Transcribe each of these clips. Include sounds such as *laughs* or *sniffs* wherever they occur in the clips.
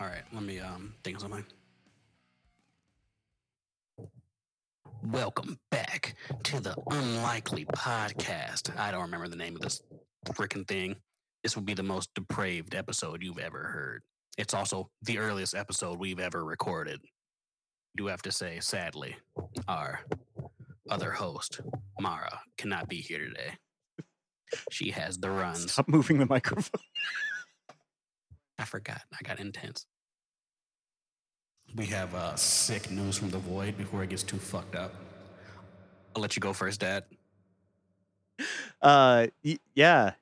All right, let me um think of something. Welcome back to the Unlikely Podcast. I don't remember the name of this freaking thing. This will be the most depraved episode you've ever heard. It's also the earliest episode we've ever recorded. Do have to say, sadly, our other host, Mara, cannot be here today. She has the runs. Stop moving the microphone. *laughs* I forgot. I got intense. We have uh, sick news from the void before it gets too fucked up. I'll let you go first, Dad. Uh, y- yeah.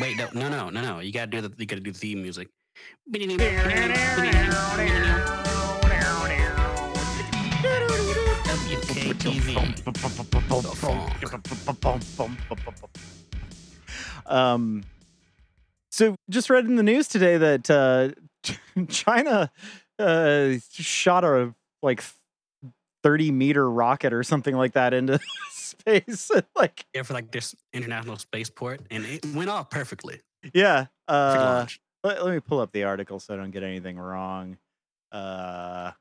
Wait, no, no, no, no, no. You gotta do the. You gotta do the theme music. WKTV. Um, so just read in the news today that uh, *laughs* China uh, shot a like 30 meter rocket or something like that into *laughs* space. *laughs* like, Yeah, for like this international spaceport, and it went off perfectly. yeah. for Uh, launch. let, let me pull up the article so I don't get anything wrong. Uh,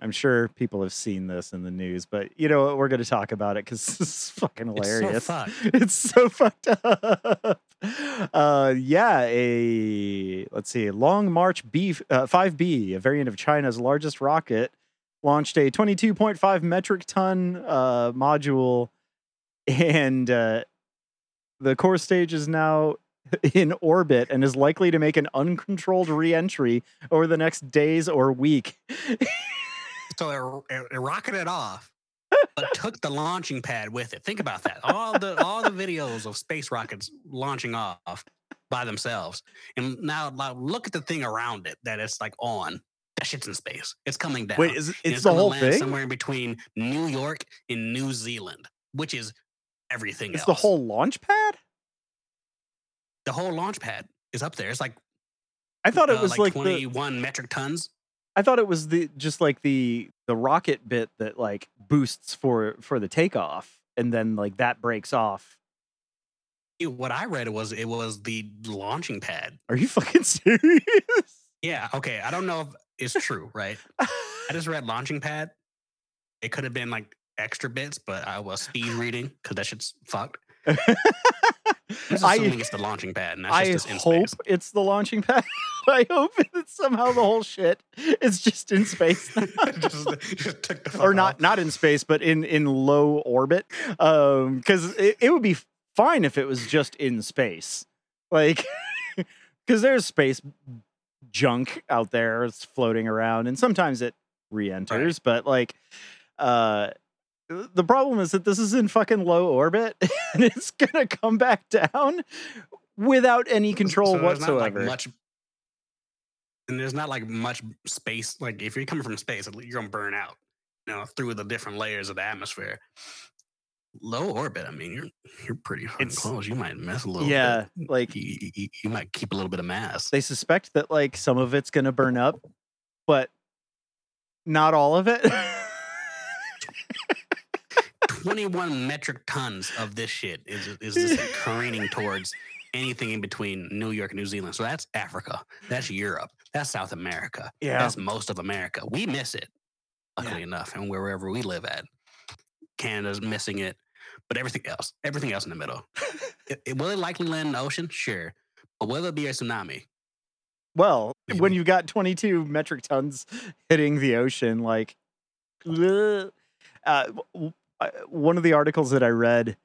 I'm sure people have seen this in the news, but you know what? We're going to talk about it *laughs* because it's fucking It's so hilarious. fucked. *laughs* It's so fucked up. Uh, yeah, a let's see, Long March B five B, a variant of China's largest rocket, launched a 22.5 metric ton uh, module, and uh, the core stage is now in orbit and is likely to make an uncontrolled re-entry over the next days or week. So it, it, it rocketed off, *laughs* but took the launching pad with it. Think about that. All the all the videos of space rockets launching off by themselves, and now, now look at the thing around it that it's like on. That shit's in space. It's coming down. Wait, is it, and it's the gonna whole land thing? somewhere in between New York and New Zealand, which is everything It's else. the whole launch pad? the whole launch pad is up there. It's like I thought it uh, was like, like, the- 21 metric tons. I thought it was the just like the the rocket bit that like boosts for for the takeoff and then like that breaks off. It- what I read was it was the launching pad. Are you fucking *laughs* serious? Yeah. Okay. I don't know if it's true, right? I just read launching pad. It could have been like extra bits, but I was speed reading because that shit's *laughs* fucked. I'm just assuming I it's the launching pad, and that's I just, just in hope *laughs* space. it's the launching pad. *laughs* I hope that somehow the whole shit is just in space. now. *laughs* Just- just took the fuck or off. not not in space but in in low orbit um because it, it would be fine if it was just in space like *laughs* because there's space junk out there it's floating around and sometimes it re-enters but like uh the problem is that this is in fucking low orbit *laughs* and it's gonna come back down without any control So there's not, like, whatsoever much, and there's not like much space. Like if you're coming from space, at le- you're gonna burn out. You know, through the different layers of the atmosphere. Low orbit. I mean, you're you're pretty fucking It's- close. You might mess a little. yeah like Bit. You, you- you, you might keep a little bit of mass. they suspect that like some of it's going to burn up, but not all of it. *laughs* 21 metric tons of this shit is is just careening towards anything in between New York and New Zealand. So that's Africa. That's Europe. That's South America. yeah. That's most of America. We miss it, luckily enough, and wherever we live at, Canada's missing it. But everything else, everything else in the *laughs* middle. it, it- will it likely land in the ocean? Sure. But will it be a *laughs* tsunami? Well, when Maybe. you've got 22 metric tons hitting the ocean, like, bleh. uh, w- w- I- one of the articles that I read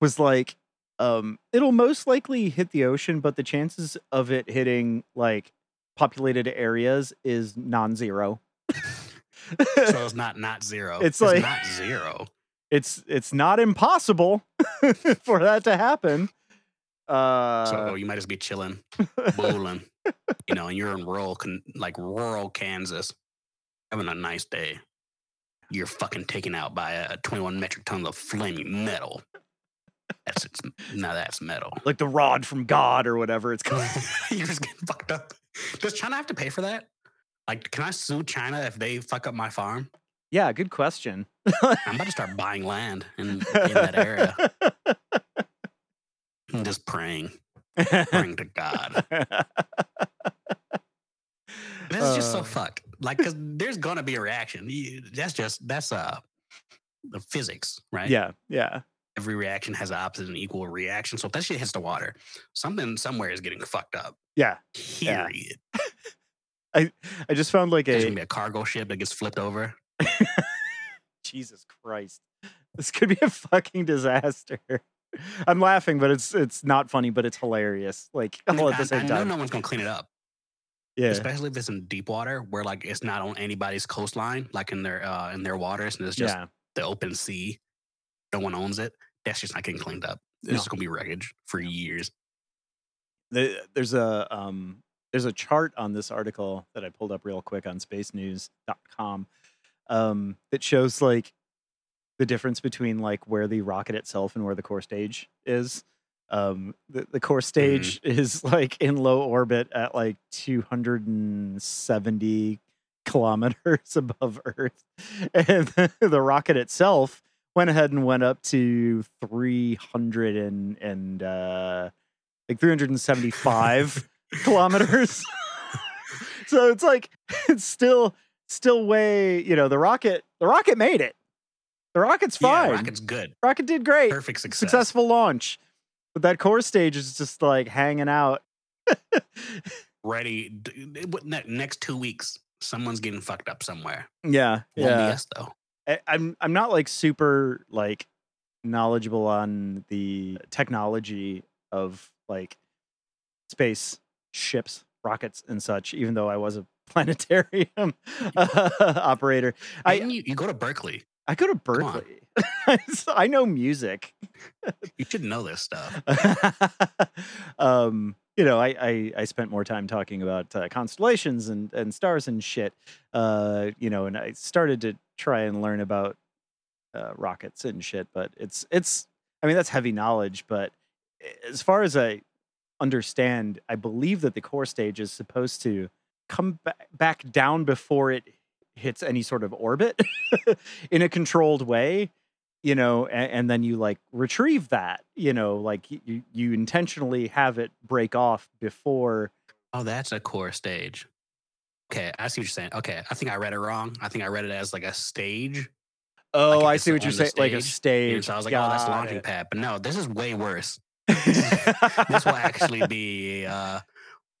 was like, um, it'll most likely hit the ocean, but the chances of it hitting like populated areas is non-zero. So it's not not zero. It's like- not zero. it's it's not impossible *laughs* for that to happen. Uh, so oh, you might just be chilling, bowling, you know, and you're in rural, Can- like rural Kansas, having a nice day. You're fucking taken out by a 21 metric tons of flaming metal. That's it's now that's metal. *laughs* like the rod from God or whatever it's called. You're just getting fucked up. Does China have to pay for that? Like, can I sue China if they fuck up my farm? *laughs* yeah, good question. I'm about to start buying *laughs* land in, in that area and just praying. praying to God. That's just so Uh, fucked. Like, because there's gonna be a reaction. You- That's just that's uh the physics, right? Yeah, yeah. Every reaction has an opposite and equal reaction. So if that shit hits the water, something somewhere is getting fucked up. Yeah. Period. I just found like There's a gonna be a cargo ship that gets flipped over. Jesus Christ. This could be a fucking disaster. I'm laughing, but it's it's not funny, but it's hilarious. Like I, mean, all at the I- I same know time. no one's gonna clean it up, Yeah. especially if it's in deep water where like it's not on anybody's coastline, like in their uh in their waters, and it's just yeah. the open sea. No one owns it. That's just not getting cleaned up. It's No. just gonna be wreckage for years. The- there's a um there's a chart on this article that I pulled up real quick on spacenews.com um that shows like the difference between like where the rocket itself and where the core stage is. Um the, the core stage *laughs* is like in low orbit at like 270 kilometers *laughs* above Earth. And *laughs* the, rocket itself went ahead and went up to 300 and, and uh, like 375 kilometers. *laughs* so it's like, it's still, still way, you know, the rocket, the rocket made it. The rocket's fine. Yeah, rocket's good. rocket did great Perfect success. successful launch. But that core stage is just like hanging out. *laughs* Ready. d- d- what- ne- Next two weeks, someone's getting fucked up somewhere. Yeah. Won't be us though. I, I'm I'm not like super like knowledgeable on the technology of like space ships, rockets, and such. Even though I was a *laughs* planetarium uh, operator, I- Didn't you, you go to Berkeley. I go to on. Berkeley. *laughs* I know music. *laughs* You should know this stuff. um, you know, I, I I spent more time talking about uh, constellations and and stars and shit. Uh, you know, and I started to try and learn about uh, rockets and shit. But it's it's I mean that's heavy knowledge. But as far as I understand, I believe that the core stage is supposed to come ba- back down before it hits any sort of orbit *laughs* in a controlled way you know and, and then you like retrieve that you know like y- you, you intentionally have it break off before Oh, that's a core stage. Okay, I see what you're saying. Okay, I think I read it wrong. I think I read it as like a stage. oh Like, i it's see what on you're the saying like a And stage so I was like, oh, that's Got launching it. pad. But no, this is way worse. *laughs* This will actually be uh,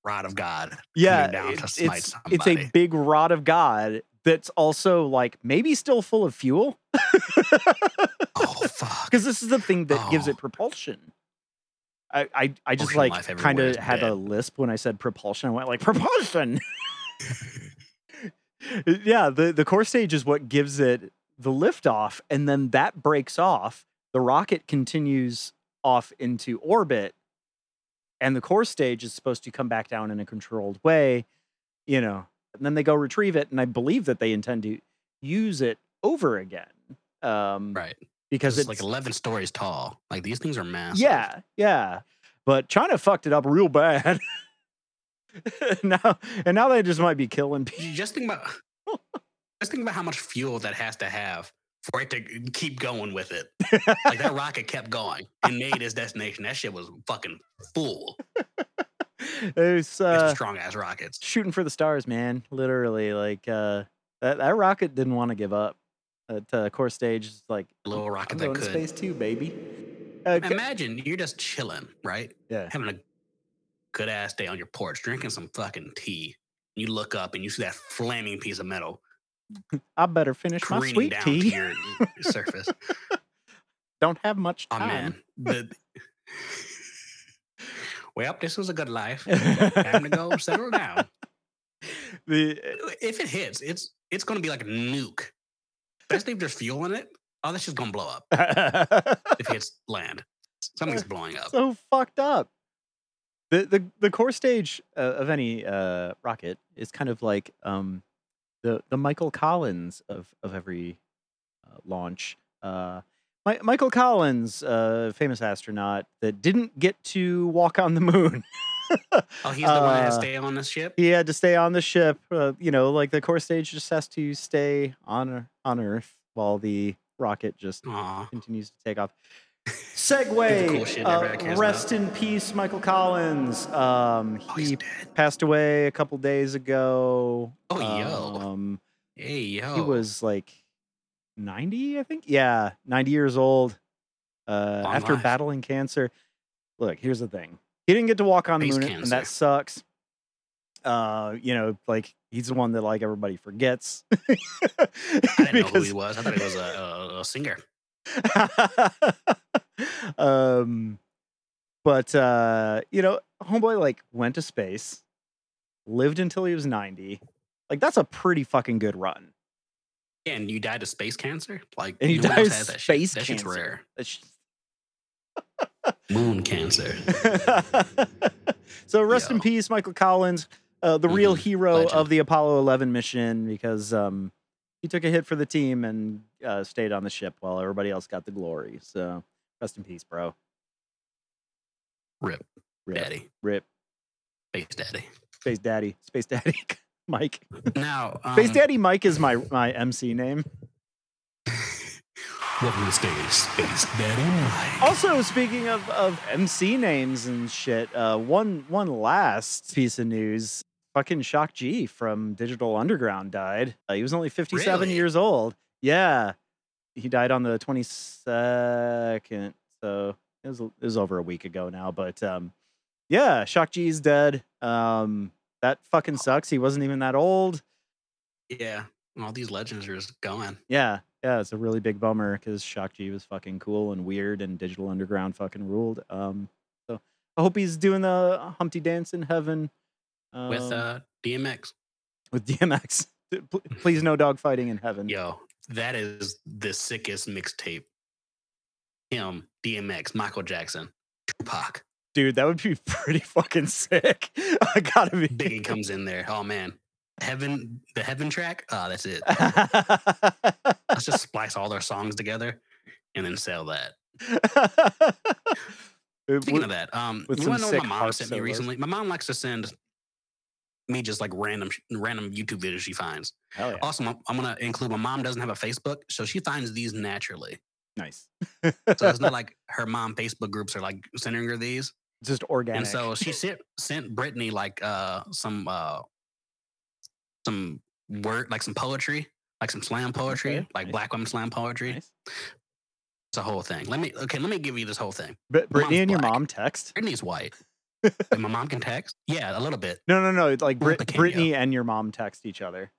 rod of God. *laughs* yeah down to it's, smite it's, it's a somebody. big rod of god that's also like maybe still full of fuel *laughs* Oh fuck. because this is the thing that gives Oh. it propulsion I, I, I just Ocean like life everywhere kind of is had a dead. lisp when I said propulsion. I went like propulsion. *laughs* yeah, the, the core stage is what gives it the liftoff, and then that breaks off. The rocket continues off into orbit, and the core stage is supposed to come back down in a controlled way, you know. And then they go retrieve it, and I believe that they intend to use it over again. Um, Right. Because It's it's like 11 stories tall. Like these things are massive. yeah, yeah. But China fucked it up real bad. *laughs* now and now they just might be killing people. J- Just think about just think about how much fuel that has to have for it to g- keep going with it. like that rocket kept going and made its destination. That shit was fucking full. It's uh, strong ass rockets. shooting for the stars, man. Literally, like uh, that that rocket didn't want to give up. That uh, core stage is like Little I'm rocket that going to Oh, could. space too, baby. Uh, c- Imagine you're just chilling, right? Yeah. Having a good ass day on your porch, drinking some fucking tea. You look up and you see that flaming piece of metal I better finish my careening sweet down to tea. your surface. Don't have much Oh time. man. The... well, this was a good life. Time to *laughs* go settle down. the If it hits, it's it's gonna be like a nuke. Especially if there's fuel in it. Oh, that's just gonna blow up *laughs* if it hits land. Something's blowing up. so fucked up. The the the core stage uh, of any uh, rocket is kind of like um, the the Michael Collins of of every uh, launch. Uh, Mi- Michael Collins, uh, famous astronaut that didn't get to walk on the moon. *laughs* Oh, he's the one that has Uh, to stay on this ship. he had to stay on the ship. Uh, you know, like the core stage just has to stay on on Earth while the rocket just Aw. continues to take off. Segway. uh, cool shit everybody cares about. rest in peace, Michael Collins. Um, Oh, he's he dead. passed away a couple days ago. Oh, yo. Oh. Um, Hey, yo. He was like 90, I think. Yeah, 90 years old. Uh, Long after life. battling cancer. Look, here's the thing. He didn't get to walk on the Face moon, and that cancer. sucks. Uh, you know, like he's the one that like everybody forgets. I *laughs* didn't know who he was. I thought he was a, a, a singer. *laughs* um, but uh, you know, homeboy like went to space, lived until he was ninety. Like that's a pretty fucking good run. Yeah, and you died of space cancer? Like, And you no one else died of has that space shit. That shit's cancer. rare. That's sh- Moon cancer. *laughs* so rest in Yo. peace, Michael Collins, uh, the real Mhm. hero Legend. of the Apollo Eleven mission, because um, he took a hit for the team and uh, stayed on the ship while everybody else got the glory. So rest in peace, bro. Rip. Rip. Daddy. Rip. Space daddy. Space Daddy. Space Daddy. *laughs* Mike. Now, um, Space Daddy Mike is my my MC name. Welcome to space. Space daddy. Mike. Also, speaking of, of MC names and shit, uh, one one last piece of news: fucking Shock G from Digital Underground died. Uh, he was only fifty seven Really? years old. Yeah, he died on the twenty second. So it was it was over a week ago now, but um, yeah, Shock G is dead. Um, that fucking sucks. He wasn't even that old. Yeah. All these legends are just gone. Yeah, yeah, it's a really big bummer because Shock G was fucking cool and weird, and Digital Underground fucking ruled. Um, so I hope he's doing the Humpty Dance in heaven um, With uh, DMX. with DMX. Pl- Please, no dog fighting in heaven. Yo, that is the sickest mixtape. Him, DMX, Michael Jackson, Tupac. Dude, that would be pretty fucking sick. *laughs* I gotta be. *laughs* Biggie *laughs* comes in there. Oh man, heaven, the heaven track. Oh, that's *laughs* it. Let's just splice all their songs together and then sell that. It Speaking would- of that, um, with you some want to know what sick my mom harp sent me solos. recently? My mom likes to send me just like random, sh- random YouTube videos she finds. hell yeah. Also, I'm, I'm gonna include my mom doesn't have a Facebook, so she finds these *laughs* naturally. nice. So it's not like her mom Facebook groups are like sending her these. Just organic. And so she sent sent Brittany like uh some uh some word like some poetry, like some slam poetry, Okay, like nice. black women slam poetry. nice. It's a whole thing. Let me okay, let me give you this whole thing. But Brittany Mom's and your black. mom text. Brittany's *laughs* white. and my mom can text? Yeah, a little bit. No, no, no. it's Like Well, Brit- they can, Brittany and your mom text each other.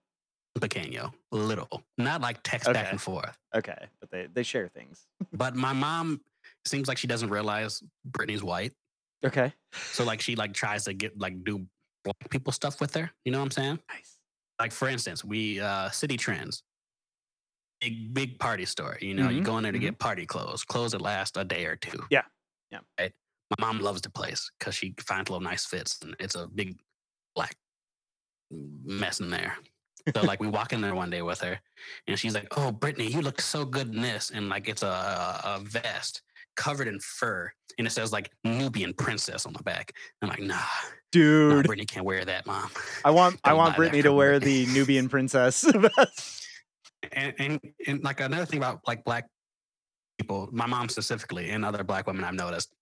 Pequeño. A little. Not like text Okay. back and forth. Okay, but they they share things. But my mom seems like she doesn't realize Brittany's white. Okay, So like she like tries to get like do black people stuff with her. You know what I'm saying? nice. like for instance, we uh city trends. Big big party store. You know, you Mhm, go in there to get party clothes. Clothes that last a day or two. Yeah, yeah. Right? My mom loves the place because she finds little nice fits and it's a big black mess in there. So like we walk in there one day with her and she's like, Oh Brittany, you look so good in this. And like it's a, a, a vest covered in fur and it says like Nubian princess on the back. I'm like, nah, nah Dude, Brittany can't wear that, mom. I want *laughs* I don't buy want that Brittany to from wear the Brit- Nubian princess. *laughs* and and and like another thing about like black people, my mom specifically, and other black women I've noticed,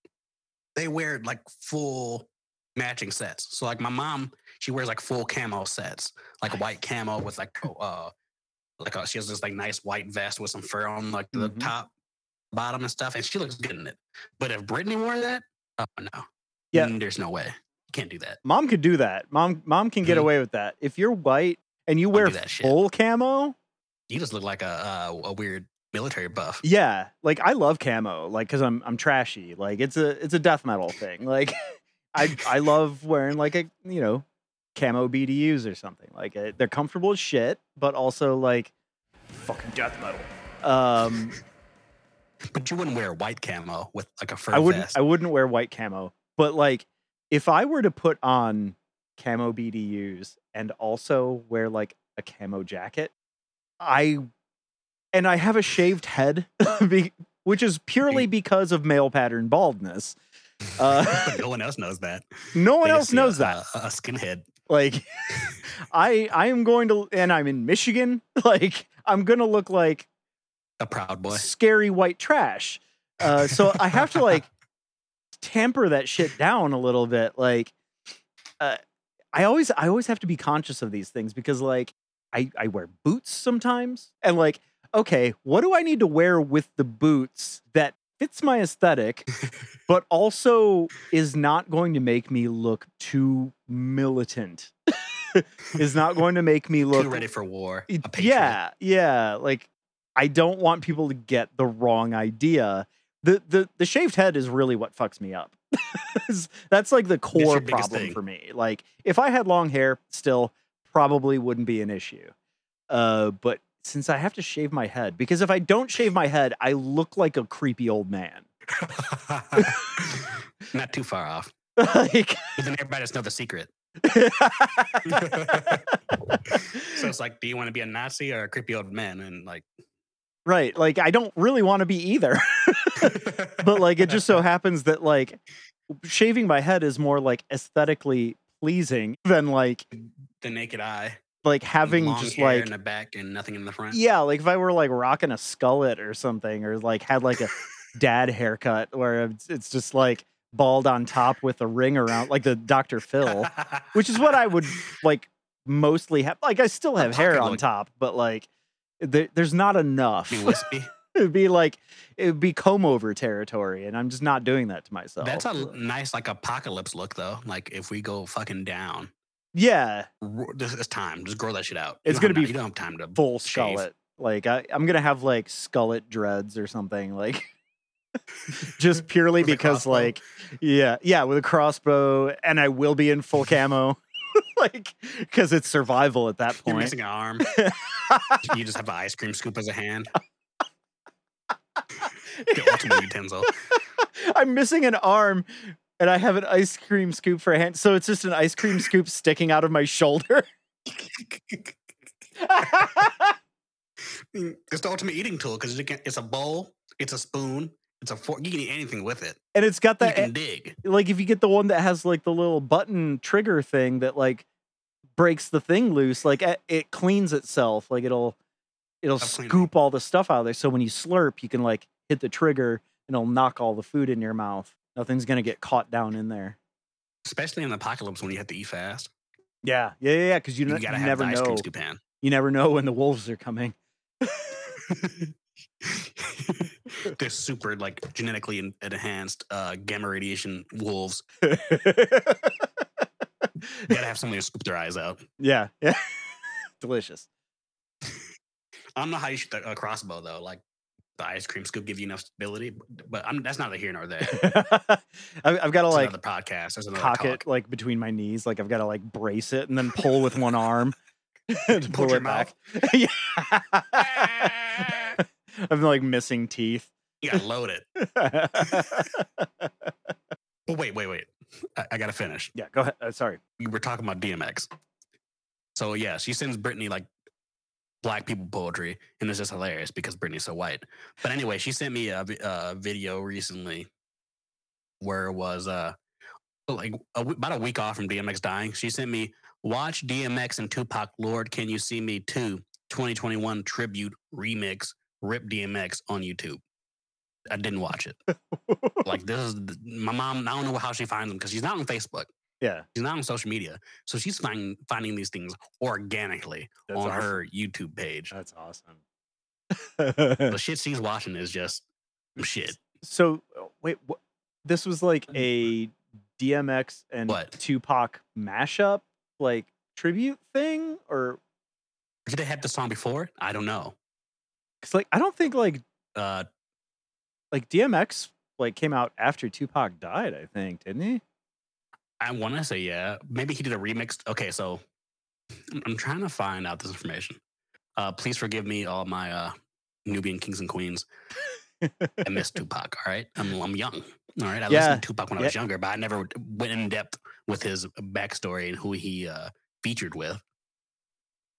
they wear like full matching sets. So like my mom, she wears like full camo sets, like white camo with like co- uh like a, she has this like nice white vest with some fur on like the Mhm. top, bottom and stuff, and she looks good in it. But if Brittany wore that, oh no, Yeah. Mm, there's no way, can't do that. mom could do that. Mom mom can get Mhm. away with that. If you're white and you I'll wear do that shit. full camo, You just look like a uh, a, a weird military buff. yeah. Like I love camo, like because I'm I'm trashy. Like it's a it's a death metal thing. Like *laughs* I I love wearing like a you know camo BDUs or something. Like uh, they're comfortable as shit, but also like fucking death metal. Um, But you wouldn't wear white camo with like a fur I wouldn't vest. I wouldn't wear white camo, but like if I were to put on camo BDUs and also wear like a camo jacket, I and I have a shaved head, *laughs* be- which is purely because of male pattern baldness. Uh, *laughs* But *laughs* no one else knows that. no one They just else see knows a, that. A, a skinhead. Like *laughs* I I am going to and I'm in *laughs* Michigan, like I'm going to look like A proud boy. scary white trash. Uh, so I have to *laughs* like tamper that shit down a little bit. Like, uh, I always I always have to be conscious of these things because like I I wear boots sometimes and like okay, what do I need to wear with the boots that fits my aesthetic, *laughs* but also is not going to make me look too militant. *laughs* is not going to make me look Too ready for war. it- A patriot. yeah, yeah. Like I don't want people to get the wrong idea. The the the shaved head is really what fucks me up. *laughs* That's like the your core biggest problem thing. for me. Like if I had long hair, still probably wouldn't be an issue. Uh, but since I have to shave my head, because if I don't shave my head, I look like a creepy old man. *laughs* *laughs* Not too far off. *laughs* like, *laughs* But then everybody just know the secret. So it's like, do you want to be a Nazi or a creepy old man? And *laughs* like, right? Like I don't really want to be either. but like it *laughs* just so happens that like shaving my head is more like aesthetically pleasing than like the naked eye, like having long just hair like in the back and nothing in the front. yeah like if i were like rocking a skullet or something or like *laughs* had like a dad haircut where it's- it's just like bald on top with a ring around like the dr phil which is what i would like mostly have like i still have hair talking on like- top but like there, there's not enough *laughs* Be wispy. *laughs* it'd be like it'd be comb over territory and i'm just not doing that to myself That's a l- nice like apocalypse look though. Like if we go fucking down, yeah ro- this is time. Just grow that shit out. It's don't gonna have- be You don't have time to. full Shave. skullet. Like I, I'm gonna have like skullet dreads or something. Like *laughs* just purely With a because crossbow? like yeah yeah with a crossbow and I will be in full camo. *laughs* like because it's survival at that You're point. missing an *laughs* arm. you just have an ice cream scoop as a hand. the ultimate utensil. I'm missing an arm. And I have an ice cream scoop for a hand, so it's just an ice cream scoop sticking out of my shoulder. *laughs* it's the ultimate eating tool because it's a bowl, it's a spoon, it's a fork. You can eat anything with it. and it's got you that can dig. like if you get the one that has like the little button trigger thing that like breaks the thing loose like it- it cleans itself like it'll it'll Self cleaning. scoop all the stuff out of there so when you slurp you can like hit the trigger and it'll knock all the food in your mouth nothing's gonna get caught down in there Especially in the apocalypse when you have to eat fast. yeah yeah yeah because you, You, n- you gotta have never the ice know cream scoop hand. *laughs* you never know when the wolves *laughs* are coming They're super like genetically en- enhanced uh, gamma radiation wolves. You gotta have somebody to scoop their eyes out. yeah yeah *laughs* delicious *laughs* I don't know how you shoot a crossbow though. Like the ice cream scoop give you enough stability, but, but I'm, that's neither here nor *laughs* there. I- i've got to That's like another podcast. That's another cock talk. it like between my knees. Like I've got to like brace it and then pull with *laughs* one arm to Put pull your it back. *laughs* yeah. mouth. *laughs* I'm like missing teeth. *laughs* you gotta load it. yeah, But wait, wait, wait. I, I gotta finish. go ahead. Uh, sorry. We were talking about DMX. So yeah, she sends Britney like black people poetry, and it's just hilarious because Britney's so white. But anyway, she sent me a, vi- a video recently where it was uh like a, w- about a week off from DMX dying. She sent me watch DMX and Tupac Lord Can You See Me Too 2021 tribute remix Rip DMX on YouTube. I didn't watch it. like this is th- my mom. I don't know how she finds them because she's not on Facebook. *laughs* Yeah, She's not on social media, so she's finding finding these things organically that's on awesome. her YouTube *laughs* page. That's awesome. The shit she's watching is just shit. *laughs* so uh, wait, wha- this was like a DMX and What? Tupac mashup, like tribute thing, or Did they have the song before? I don't know. because like I don't think like Uh, like DMX like came out after Tupac died, I think, didn't he? I want to say yeah. Maybe he did a remix. Okay, so I'm- I'm trying to find out this information. Uh, please forgive me, all my uh, Nubian kings and queens. *laughs* I miss Tupac. All right, I'm, I'm young. All right, I Yeah, listened to Tupac when I was younger, but I never went in depth with his backstory and who he uh, featured with.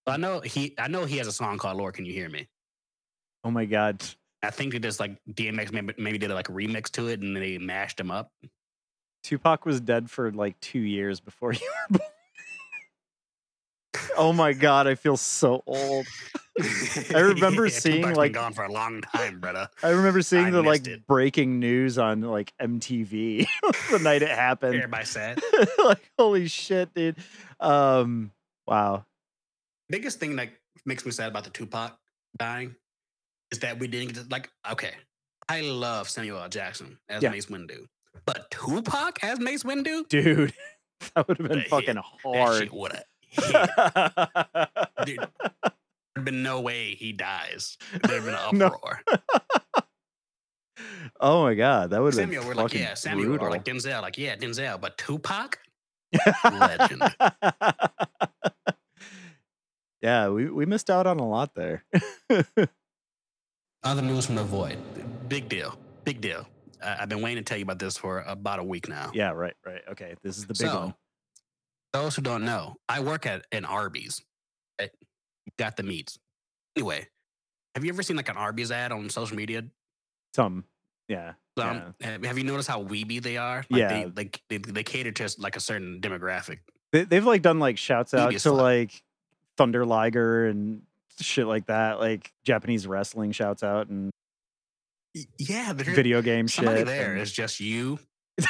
But I know he. I know he has a song called "Lord, Can You Hear Me." Oh my god. I think they just like DMX maybe, maybe did like a remix to it, and they mashed him up. Tupac was dead for like two years *laughs* before you were born. oh my god, I feel so old. I *laughs* remember Yeah, seeing, Tupac's like- been gone for a long time, brother. I remember seeing I the like missed it. breaking news on like MTV *laughs* the night it happened. Everybody sad. *laughs* like holy shit, dude. Um, wow. biggest thing that makes me sad about the Tupac dying is that we didn't get to, like okay. I love Samuel L. Jackson as Yeah. Mace Windu, but Tupac as Mace Windu, Dude, *laughs* that would have been That hit. fucking that hard. shit would *laughs* have. Dude, there'd been no way he dies. There'd *laughs* been an No. uproar. *laughs* oh my god, that would have been Samuel, we're fucking like, yeah, Samuel, brutal. or like Denzel, like, yeah, Denzel, but Tupac, legend. *laughs* yeah, we, we missed out on a lot *laughs* there. Other news from the void. Big deal. Big deal. I I've been waiting to tell you about this for about a week now. yeah, right, right. Okay, this is the big one. Those who don't know, I work at an Arby's. eh, At, got the meats. Anyway, have you ever seen like an Arby's ad on social media? Some, yeah, Um, have, have you noticed how weeby they are? Like Yeah. They, like, they, they cater to like a certain demographic. they, they've like done like shouts out Devious to Live. like Thunder Liger and shit like that, like Japanese wrestling shouts out and Y- Yeah, they're- video game somebody shit. there and- is just you. *laughs*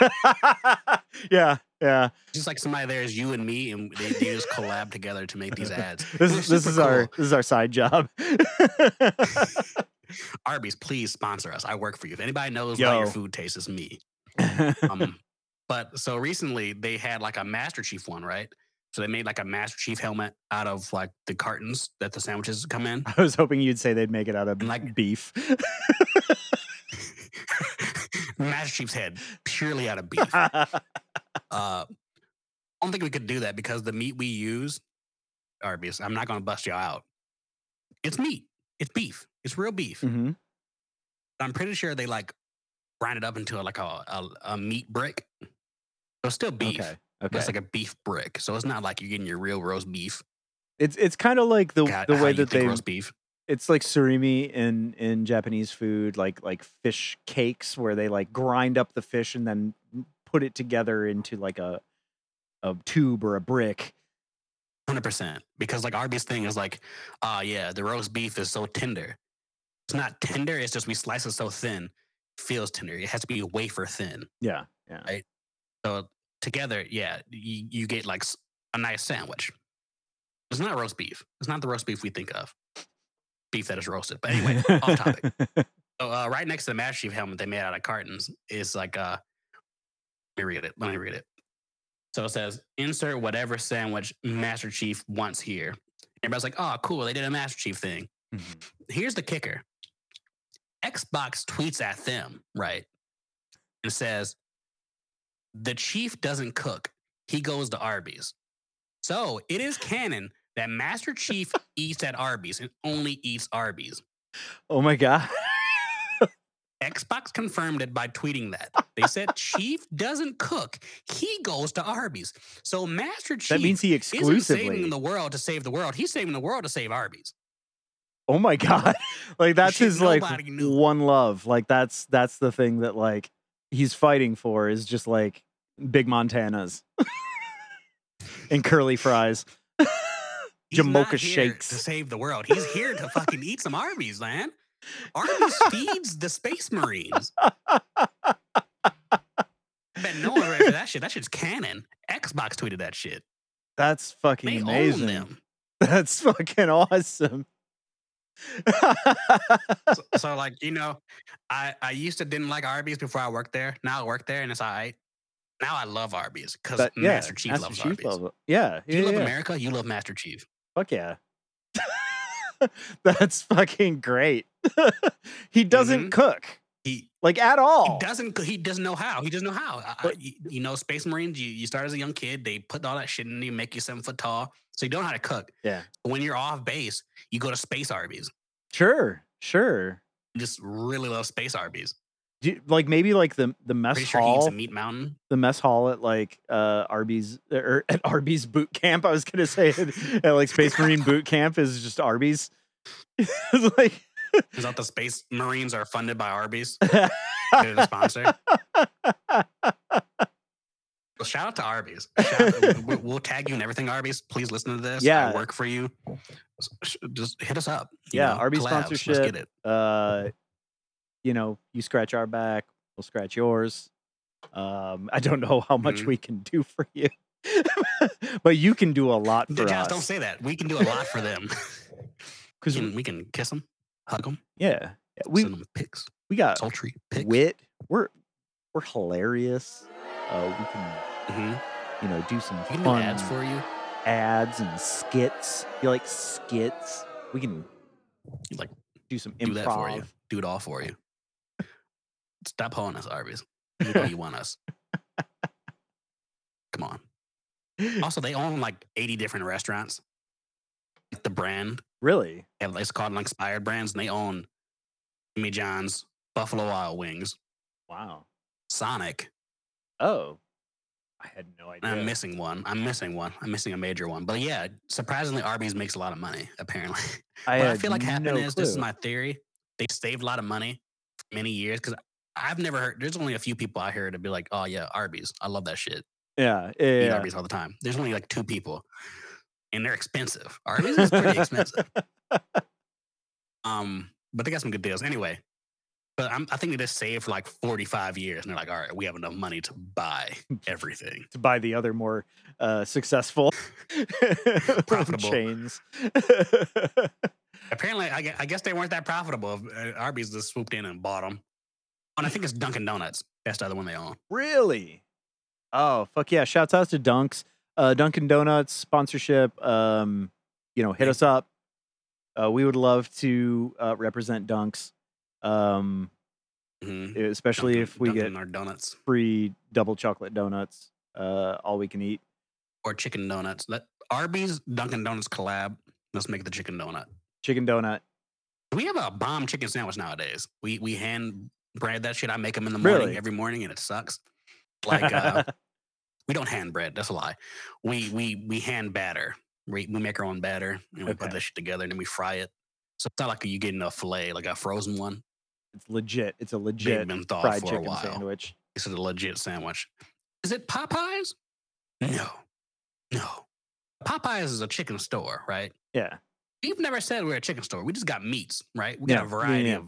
yeah, yeah. Just like somebody there is you and me, and they, they just collab together to make these ads. *laughs* This They're is this super is our cool. this is our side job. *laughs* Arby's. Please sponsor us. I work for you. If anybody knows why your Yo. food tastes, it's me. *laughs* um, but so recently they had like a Master Chief one, right? So they made like a Master Chief helmet out of like the cartons that the sandwiches come in. *laughs* I was hoping you'd say they'd make it out of And, like- beef. *laughs* Master Chief's head purely out of *laughs* beef. uh, Mm-hmm. I don't think we could do that because the meat we use, Arby's. I'm not going to bust y'all out. It's meat. It's beef. It's real beef. Mhm. I'm pretty sure they like grind it up into like a a, a meat brick. So it's still beef. Okay. But Okay. it's like a beef brick. So it's not like you're getting your real roast beef. It's it's kind of like the God, the how way you that think they roast beef. it's like surimi in in Japanese food, like like fish cakes where they like grind up the fish and then put it together into like a a tube or a brick. Hundred percent. Because like Arby's thing is like, ah, yeah, the roast beef is so tender. It's not tender. It's just we slice it so thin, feels tender. It has to be wafer thin. Yeah. Yeah. So together, yeah, you, you get like s- a nice sandwich. It's not roast beef. It's not the roast beef we think of. Beef that is roasted. But anyway, *laughs* off topic. *laughs* So uh, right next to the Master Chief helmet they made out of cartons is like uh let me read it. Let me read it. So it says, insert whatever sandwich Master Chief wants here. Everybody's like, oh cool, they did a Master Chief thing. Mhm. Here's the kicker. Xbox tweets at them, right? And says, the chief doesn't cook. He goes to Arby's. So it is canon that Master Chief *laughs* eats at Arby's and only eats Arby's. oh my god. Xbox confirmed it by tweeting that. They *laughs* said Chief doesn't cook. He goes to Arby's. So Master Chief that means he isn't exclusively saving the world to save the world. He's saving the world to save Arby's. Oh my god. *laughs* Like that's shit his like nobody knew. one love. Like that's that's the thing that like he's fighting for is just like big Montanas *laughs* and curly fries. He's not Jamocha here shakes. to save the world. He's here to fucking eat some Arby's, man. *laughs* Arby's feeds the Space Marines. Bet no one ready for that shit. That shit's canon. Xbox tweeted that shit. That's fucking They amazing. own them. *laughs* That's fucking awesome. so, so like you know, I I used to didn't like Arby's before I worked there. Now I work there and it's all right. Now I love Arby's because But, yeah, Master Chief loves Arby's. love- yeah, you yeah, love yeah. America, you love Master Chief. Fuck yeah. *laughs* That's fucking great. *laughs* he doesn't Mhm. cook He, like at all. he doesn't c- he doesn't know how. He doesn't know how. I, I, Oh. But- you, you know, Space Marines. You, you start as a young kid. They put all that shit in you, make you seven foot tall, so you don't know how to cook. Yeah. When you're off base, you go to Space Arby's. Sure, sure. You just really love Space Arby's. Do, like maybe like the the mess Pretty sure he eats hall, a meat mountain. the mess hall at like uh Arby's or at Arby's boot camp. I was gonna say at, at like Space Marine boot camp is just Arby's. *laughs* It's like Is that the Space Marines are funded by Arby's? They're the sponsor. Well, shout *laughs* out to Arby's. Shout out- we- we'll tag you and everything, Arby's. Please listen to this. Yeah. I work for you. sh- just hit us up. you Yeah, RB Let's sponsorship. get it. uh you know you scratch our back we'll scratch yours um i don't know how much Mhm. we can do for you *laughs* but you can do a lot for Josh, don't us say that. We can do a lot for *laughs* them. we, because can, we can kiss them, hug them, yeah we send them pics, we got sultry pics. wit we're we're hilarious uh we can Mhm. you know do some We can do fun ads for you. ads and skits you like skits we can You like do some improv do that for you. Do it all for *laughs* you. Stop hoeing us, Arby's. You know you want *laughs* us. Come on. Also, they own like 80 different restaurants. The brand, *laughs* really they have- it's called Inspired Brands, and they own Jimmy John's, Buffalo Wild Wings, wow Sonic. oh i had no and idea I'm missing one. I'm missing one. I'm missing a major one. But yeah, surprisingly, Arby's makes a lot of money, apparently. I, what I had feel like happened no is this is clue. my theory. They saved a lot of money for many years because I've never heard. There's only a few people out here to be like, "Oh yeah, Arby's. I love that shit. yeah Eat yeah Arby's all the time." There's only like two people, and they're expensive. Arby's is pretty *laughs* expensive. Um, but they got some good deals anyway. But I'm, I think they just saved for like 45 years, and they're like, "All right, we have enough money to buy everything." to buy the other more uh, successful *laughs* *laughs* Profitable. chains. *laughs* Apparently, I, gue- I guess they weren't that profitable. Uh, Arby's just swooped in and bought them. And I think it's Dunkin' Donuts. That's the other one they own. really? Oh fuck yeah! Shouts out to Dunks, uh, Dunkin' Donuts sponsorship. Um, you know, hit Thank us up. Uh, we would love to uh, represent Dunks, um, Mhm. especially Dunkin'- if we Dunkin' get our donuts free double chocolate donuts, uh, all we can eat. or chicken donuts. Let Arby's Dunkin' Donuts collab. Let's make the chicken donut. Chicken donut. We have a bomb chicken sandwich nowadays. We we hand bread that shit. I make them in the morning Really? every morning, and it sucks. Like *laughs* uh, we don't hand bread. That's a lie. We we we hand batter. We we make our own batter and we put Okay. that shit together and then we fry it. So it's not like you getting a fillet, like a frozen one. it's legit. It's a They've legit been thawed fried for a chicken while. sandwich. This is a legit sandwich. Is it Popeyes? No. No. Popeyes is a chicken store, right? Yeah. We've never said we're a chicken store. We just got meats, right? We Yeah, got yeah, a variety yeah. of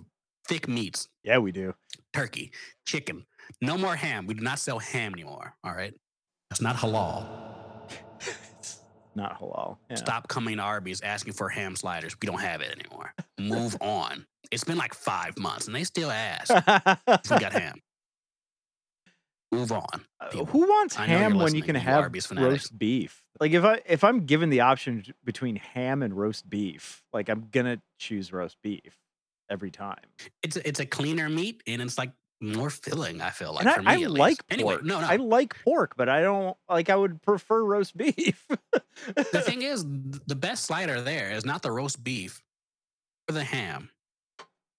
thick meats, Yeah, we do. turkey, chicken. No more ham. We do not sell ham anymore. All right. That's not halal. It's not halal. Yeah. *laughs* Stop coming to Arby's asking for ham sliders. We don't have it anymore. *laughs* Move on. It's been like five months and they still ask if we got *laughs* ham. Move on. Uh, people. Who wants I know you're ham when you listening, can you have Arby's fanatic. roast beef? Like if I if I'm given the option t- between ham and roast beef, like I'm gonna choose roast beef every time. It's a, it's a cleaner meat and it's like more filling, I feel like. and for I, me, I at least. like Anyway, pork. no, no. I like pork, but I don't like. I would prefer roast *laughs* beef. the thing is, th- the best slider there is not the roast beef or the ham,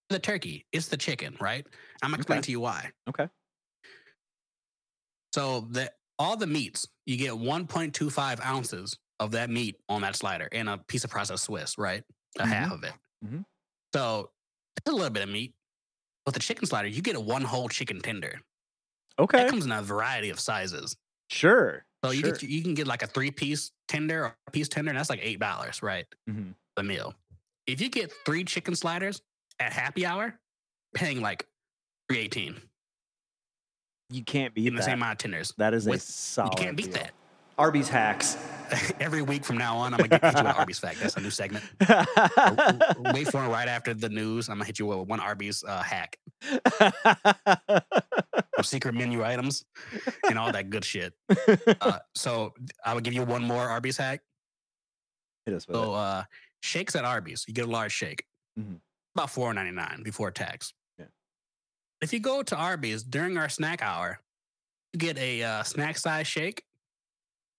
the turkey. It's the chicken, right? I'm gonna explain Okay. to you why. Okay. So the all the meats, you get 1.25 ounces of that meat on that slider and a piece of processed Swiss, right? A Mhm. half of it. Mhm. So that's a little bit of meat. With the chicken slider, you get a one whole chicken tender. *laughs* okay, That comes in a variety of sizes. sure. So you sure. get you can get like a three piece tender or a piece tender, and that's like eight dollars, right? Mhm. The meal. If you get three chicken sliders at happy hour, you're paying like three eighteen You can't beat in the that. same amount of tenders. that is a with- solid. you can't beat deal. that. *laughs* Arby's hacks. Every week from now on, I'm gonna get hit you with an Arby's fact. That's a new segment. W- w- Wait for it right after the news. I'm gonna hit you with one Arby's uh, hack, some secret menu items, and all that good shit. *laughs* Uh, so I would give you one more Arby's hack. Hit us with So uh, shakes at Arby's, you get a large shake, Mhm. about four ninety nine before tax. Yeah. If you go to Arby's during our snack hour, you get a uh, snack size shake.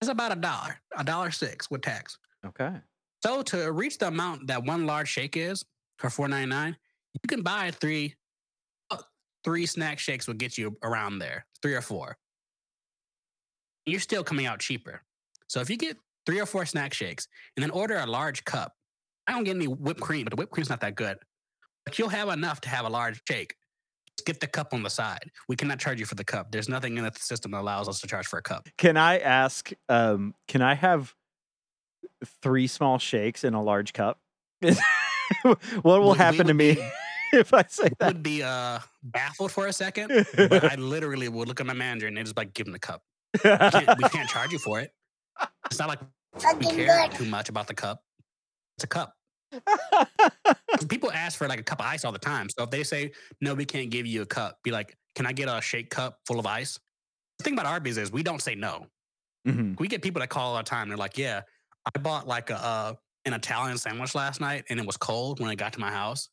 It's about a dollar, a dollar six with tax. it. Okay. So to reach the amount that one large shake is for four ninety nine, you can buy three. uh, Three snack shakes will get you around there, three or four. You're still coming out cheaper. So if you get three or four snack shakes and then order a large cup, I don't get any whipped cream, but the whipped cream's not that good. But you'll have enough to have a large shake. Just get the cup on the side. We cannot charge you for the cup. There's nothing in the system that allows us to charge for a cup. Can I ask? Um, can I have three small shakes in a large cup? *laughs* what will We- we happen to would me *laughs* if I say that? would be uh baffled for a *laughs* second, but I literally would look at my manager and it was like, give him the cup. We can't, *laughs* we can't charge you for it. It's not like we Fucking care good. too much about the cup. It's a cup. 'Cause People ask for like a cup of ice all the time. So if they say, no, we can't give you a cup, be like, can I get a shake cup full of ice? The thing about Arby's is we don't say no. Mhm. We get people that call all the time. they're like, yeah, I bought like a uh, an Italian sandwich last night and it was cold when it got to my house.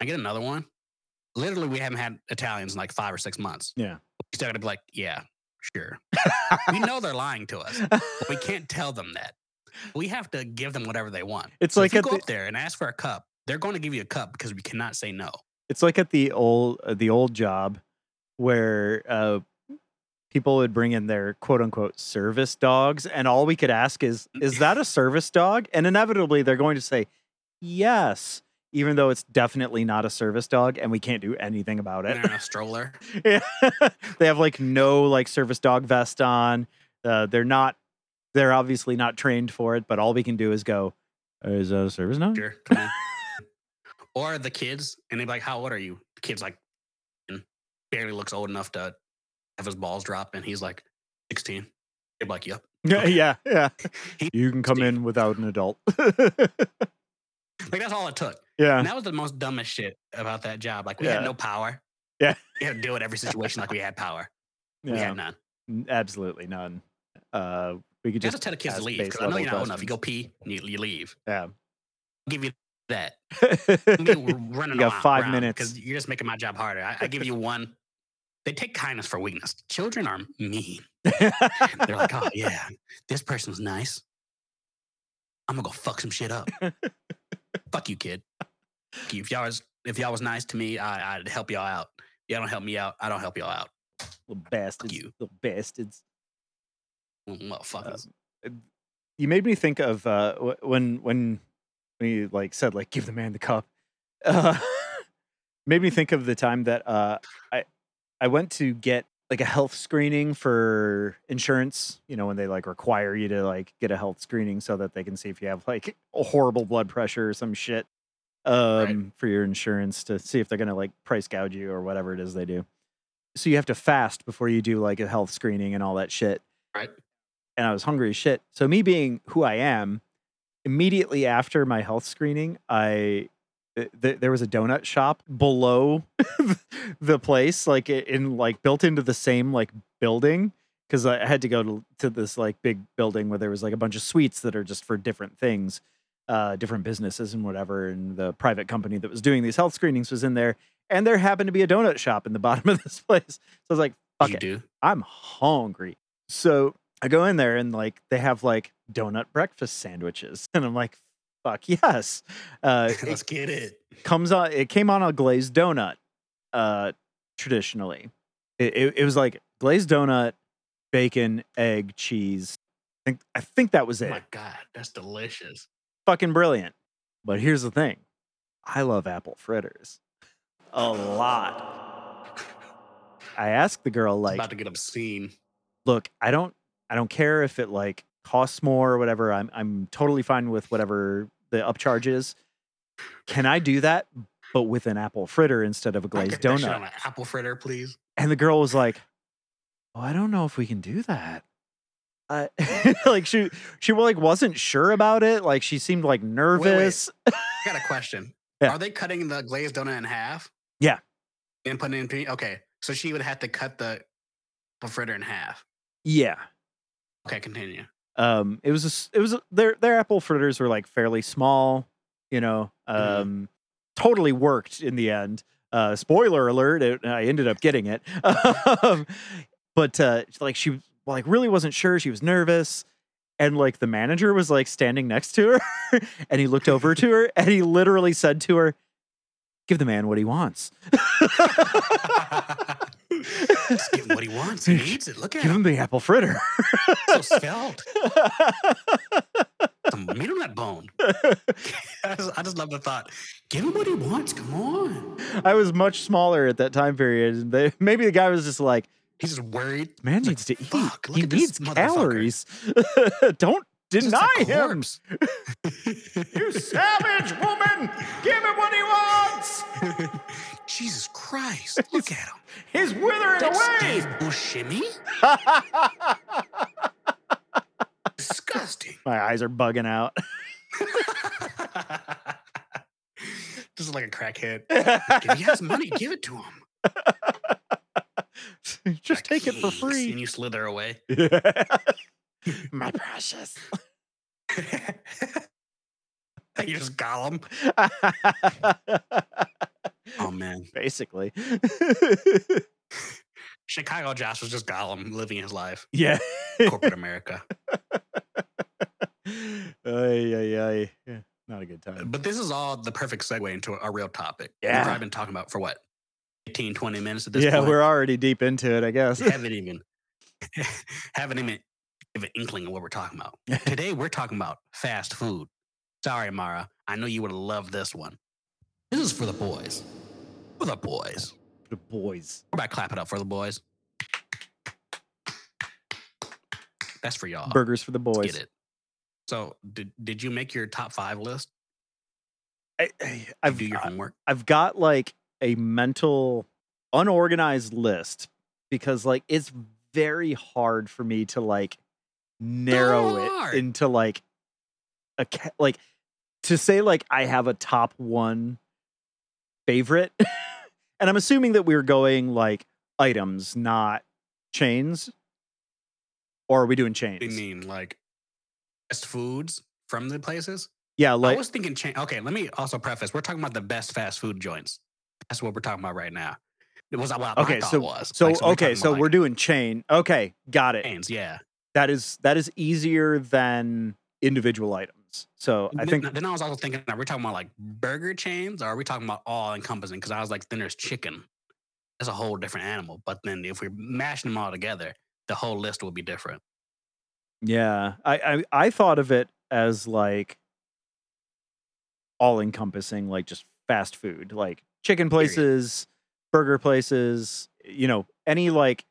I get another one. Literally, we haven't had Italians in like five or six months. Yeah. You still gotta be like, yeah, *laughs* sure. we know they're lying to us. But we can't tell them that. We have to give them whatever they want. It's So like if you at go the- up there and ask for a cup, they're going to give you a cup because we cannot say *laughs* no. it's like at the old uh, the old job where uh, people would bring in their quote unquote service dogs, and all we could ask is, "Is that a service dog?" And inevitably, they're going to say, "Yes." Even though it's definitely not a service dog, and we can't do anything about They're it. in a stroller. Yeah. *laughs* they have like no like service dog vest on. Uh, they're not. They're obviously not trained for it. But all we can do is go. "Uh, Is that a service dog? *laughs* Sure. come on." or the kids, and they'd be like, How old are you? The kid's like, "Mm, barely looks old enough to have his balls drop. And he's like, 16. They'd be like, Yep. Yeah, Okay. yeah, yeah. He- You can come Steve. in without an adult. *laughs* Like, that's all it took. yeah, And that was the most dumbest shit about that job. Like, we Uh. Yeah. had no power. Yeah. We had to deal with every situation like we had power. We yeah, had none. n- absolutely none. Uh, we could You have just to tell the kids to ask leave base because I know level you're not old enough. You go pee, questions. and you, you leave. Yeah. I'll give you *laughs* that. me you running got five minutes. because you're just making my job harder. I, I give you one. They take kindness for weakness. Children are mean. They're like, oh yeah, this person's nice. I'm gonna go fuck some shit up. fuck you, kid. Fuck you. If y'all was if y'all was nice to me, I, I'd help y'all out. Y'all don't help me out. I don't help y'all out. little bastards. you. Little bastards. Motherfuckers. Uh, you made me think of uh, wh- when when when you like said like give the man the cup. *laughs* Uh, made me think of the time that uh, I I went to get like a health screening for insurance. You know when they like require you to like get a health screening so that they can see if you have like a horrible blood pressure or some shit um, for your insurance to see if they're gonna like price gouge you or whatever it is they do. So you have to fast before you do like a health screening and all that shit and I was hungry as shit. So me being who I am, immediately after my health screening, I th- th- there was a donut shop below *laughs* the place, like i- in like built into the same like building because I had to go to, to this like big building where there was like a bunch of suites that are just for different things, uh, different businesses and whatever. And the private company that was doing these health screenings was in there, and there happened to be a donut shop in the *laughs* bottom of this place. So I was like, Uh, fuck you it. do. I'm hungry. So I go in there and like they have like donut breakfast sandwiches. *laughs* And I'm like, fuck yes. *laughs* Uh, it Let's get it. comes on it came on a glazed donut, uh traditionally. It, it, it was like glazed donut, bacon, egg, cheese. I think I think that was Oh it. my god, that's delicious. Fucking brilliant. But here's the thing. I love apple fritters. A lot. *laughs* I asked the girl like About to get obscene. look, I don't I don't care if it like costs more or whatever. I'm I'm totally fine with whatever the upcharge is. Can I do that but with an apple fritter instead of a Can I glazed get that shit on donut? an apple fritter, please. And the girl was like, "Oh, I don't know if we can do that." Uh, *laughs* like she she like wasn't sure about it. Like she seemed like nervous. I got a question. Yeah. Are they cutting the glazed donut in half? Yeah. And putting it in pe- okay. So she would have to cut the apple fritter in half. Yeah. Okay, *laughs* continue. um it was a, s- it was a, their their apple fritters were like fairly small you know um Mhm. totally worked in the end uh spoiler alert it, i ended up getting it *laughs* um, but uh like she like really wasn't sure she was nervous and like the manager was like standing next to her *laughs* and he looked over to her and he literally said to her give the man what he wants *laughs* Just give him what he wants. He needs it. Look at give him him. the apple fritter *laughs* So svelte. Some meat on that bone. *laughs* I just, I just love the thought. Give him what he wants. Come on. I was much smaller at that time period. And they, maybe the guy was just like, He's just worried. man He's like, needs to eat. "Fuck, look he at this needs motherfucker." calories. *laughs* Don't Just a Deny him. corpse. *laughs* You savage woman! Give him what he wants! Jesus *laughs* Christ! Look at him. He's withering That's *laughs* Steve Buscemi. *laughs* Disgusting. My eyes are bugging *laughs* out. Just like a crackhead. If he has money, give it to him. *laughs* Just Like, take it for "Yes," And free. you slither *laughs* away. My precious. you just gollum. Oh man. *laughs* Basically. *laughs* Chicago Josh was just Gollum living his life. *laughs* yeah. Corporate America. Ay, ay, ay. Yeah, Not a good time. But this is all the perfect segue into our real topic. Yeah. We've probably been talking about for what? 15, 20 minutes at this yeah, point. we're already deep into it, I guess. We haven't even haven't even give an inkling of what we're talking about. Today we're talking about fast food. Sorry, Mara. I know you would have loved this one. This is for the boys. For the boys. the boys. Everybody clap it up for the boys. That's for y'all. Burgers for the boys. Get it. So did did you make your top five list? I, I, You I've, do your homework. I've got like a mental unorganized list because like it's very hard for me to like narrow it hard. into like a ca- like to say like I have a top 1 favorite. *laughs* and I'm assuming that we're going like items, not chains. Or are we doing chains? You mean like best foods from the places? Yeah, I like was thinking. Cha- okay, let me also preface. We're talking about the best fast food joints. That's what we're talking about right now. It was what my Okay, thought was. so Like, we're okay, talking so about, we're like, doing chain. Okay, got it. chains, yeah. that is that is easier than individual items. So I Then- think Then I was also thinking, are we talking about like burger chains, or are we talking about all encompassing? Because I was like, then there's chicken. That's a whole different animal. But then if we're mashing them all together, the whole list will be different. yeah, I I, I thought of it as like all encompassing, like just fast food, like chicken places, burger places, you know, any like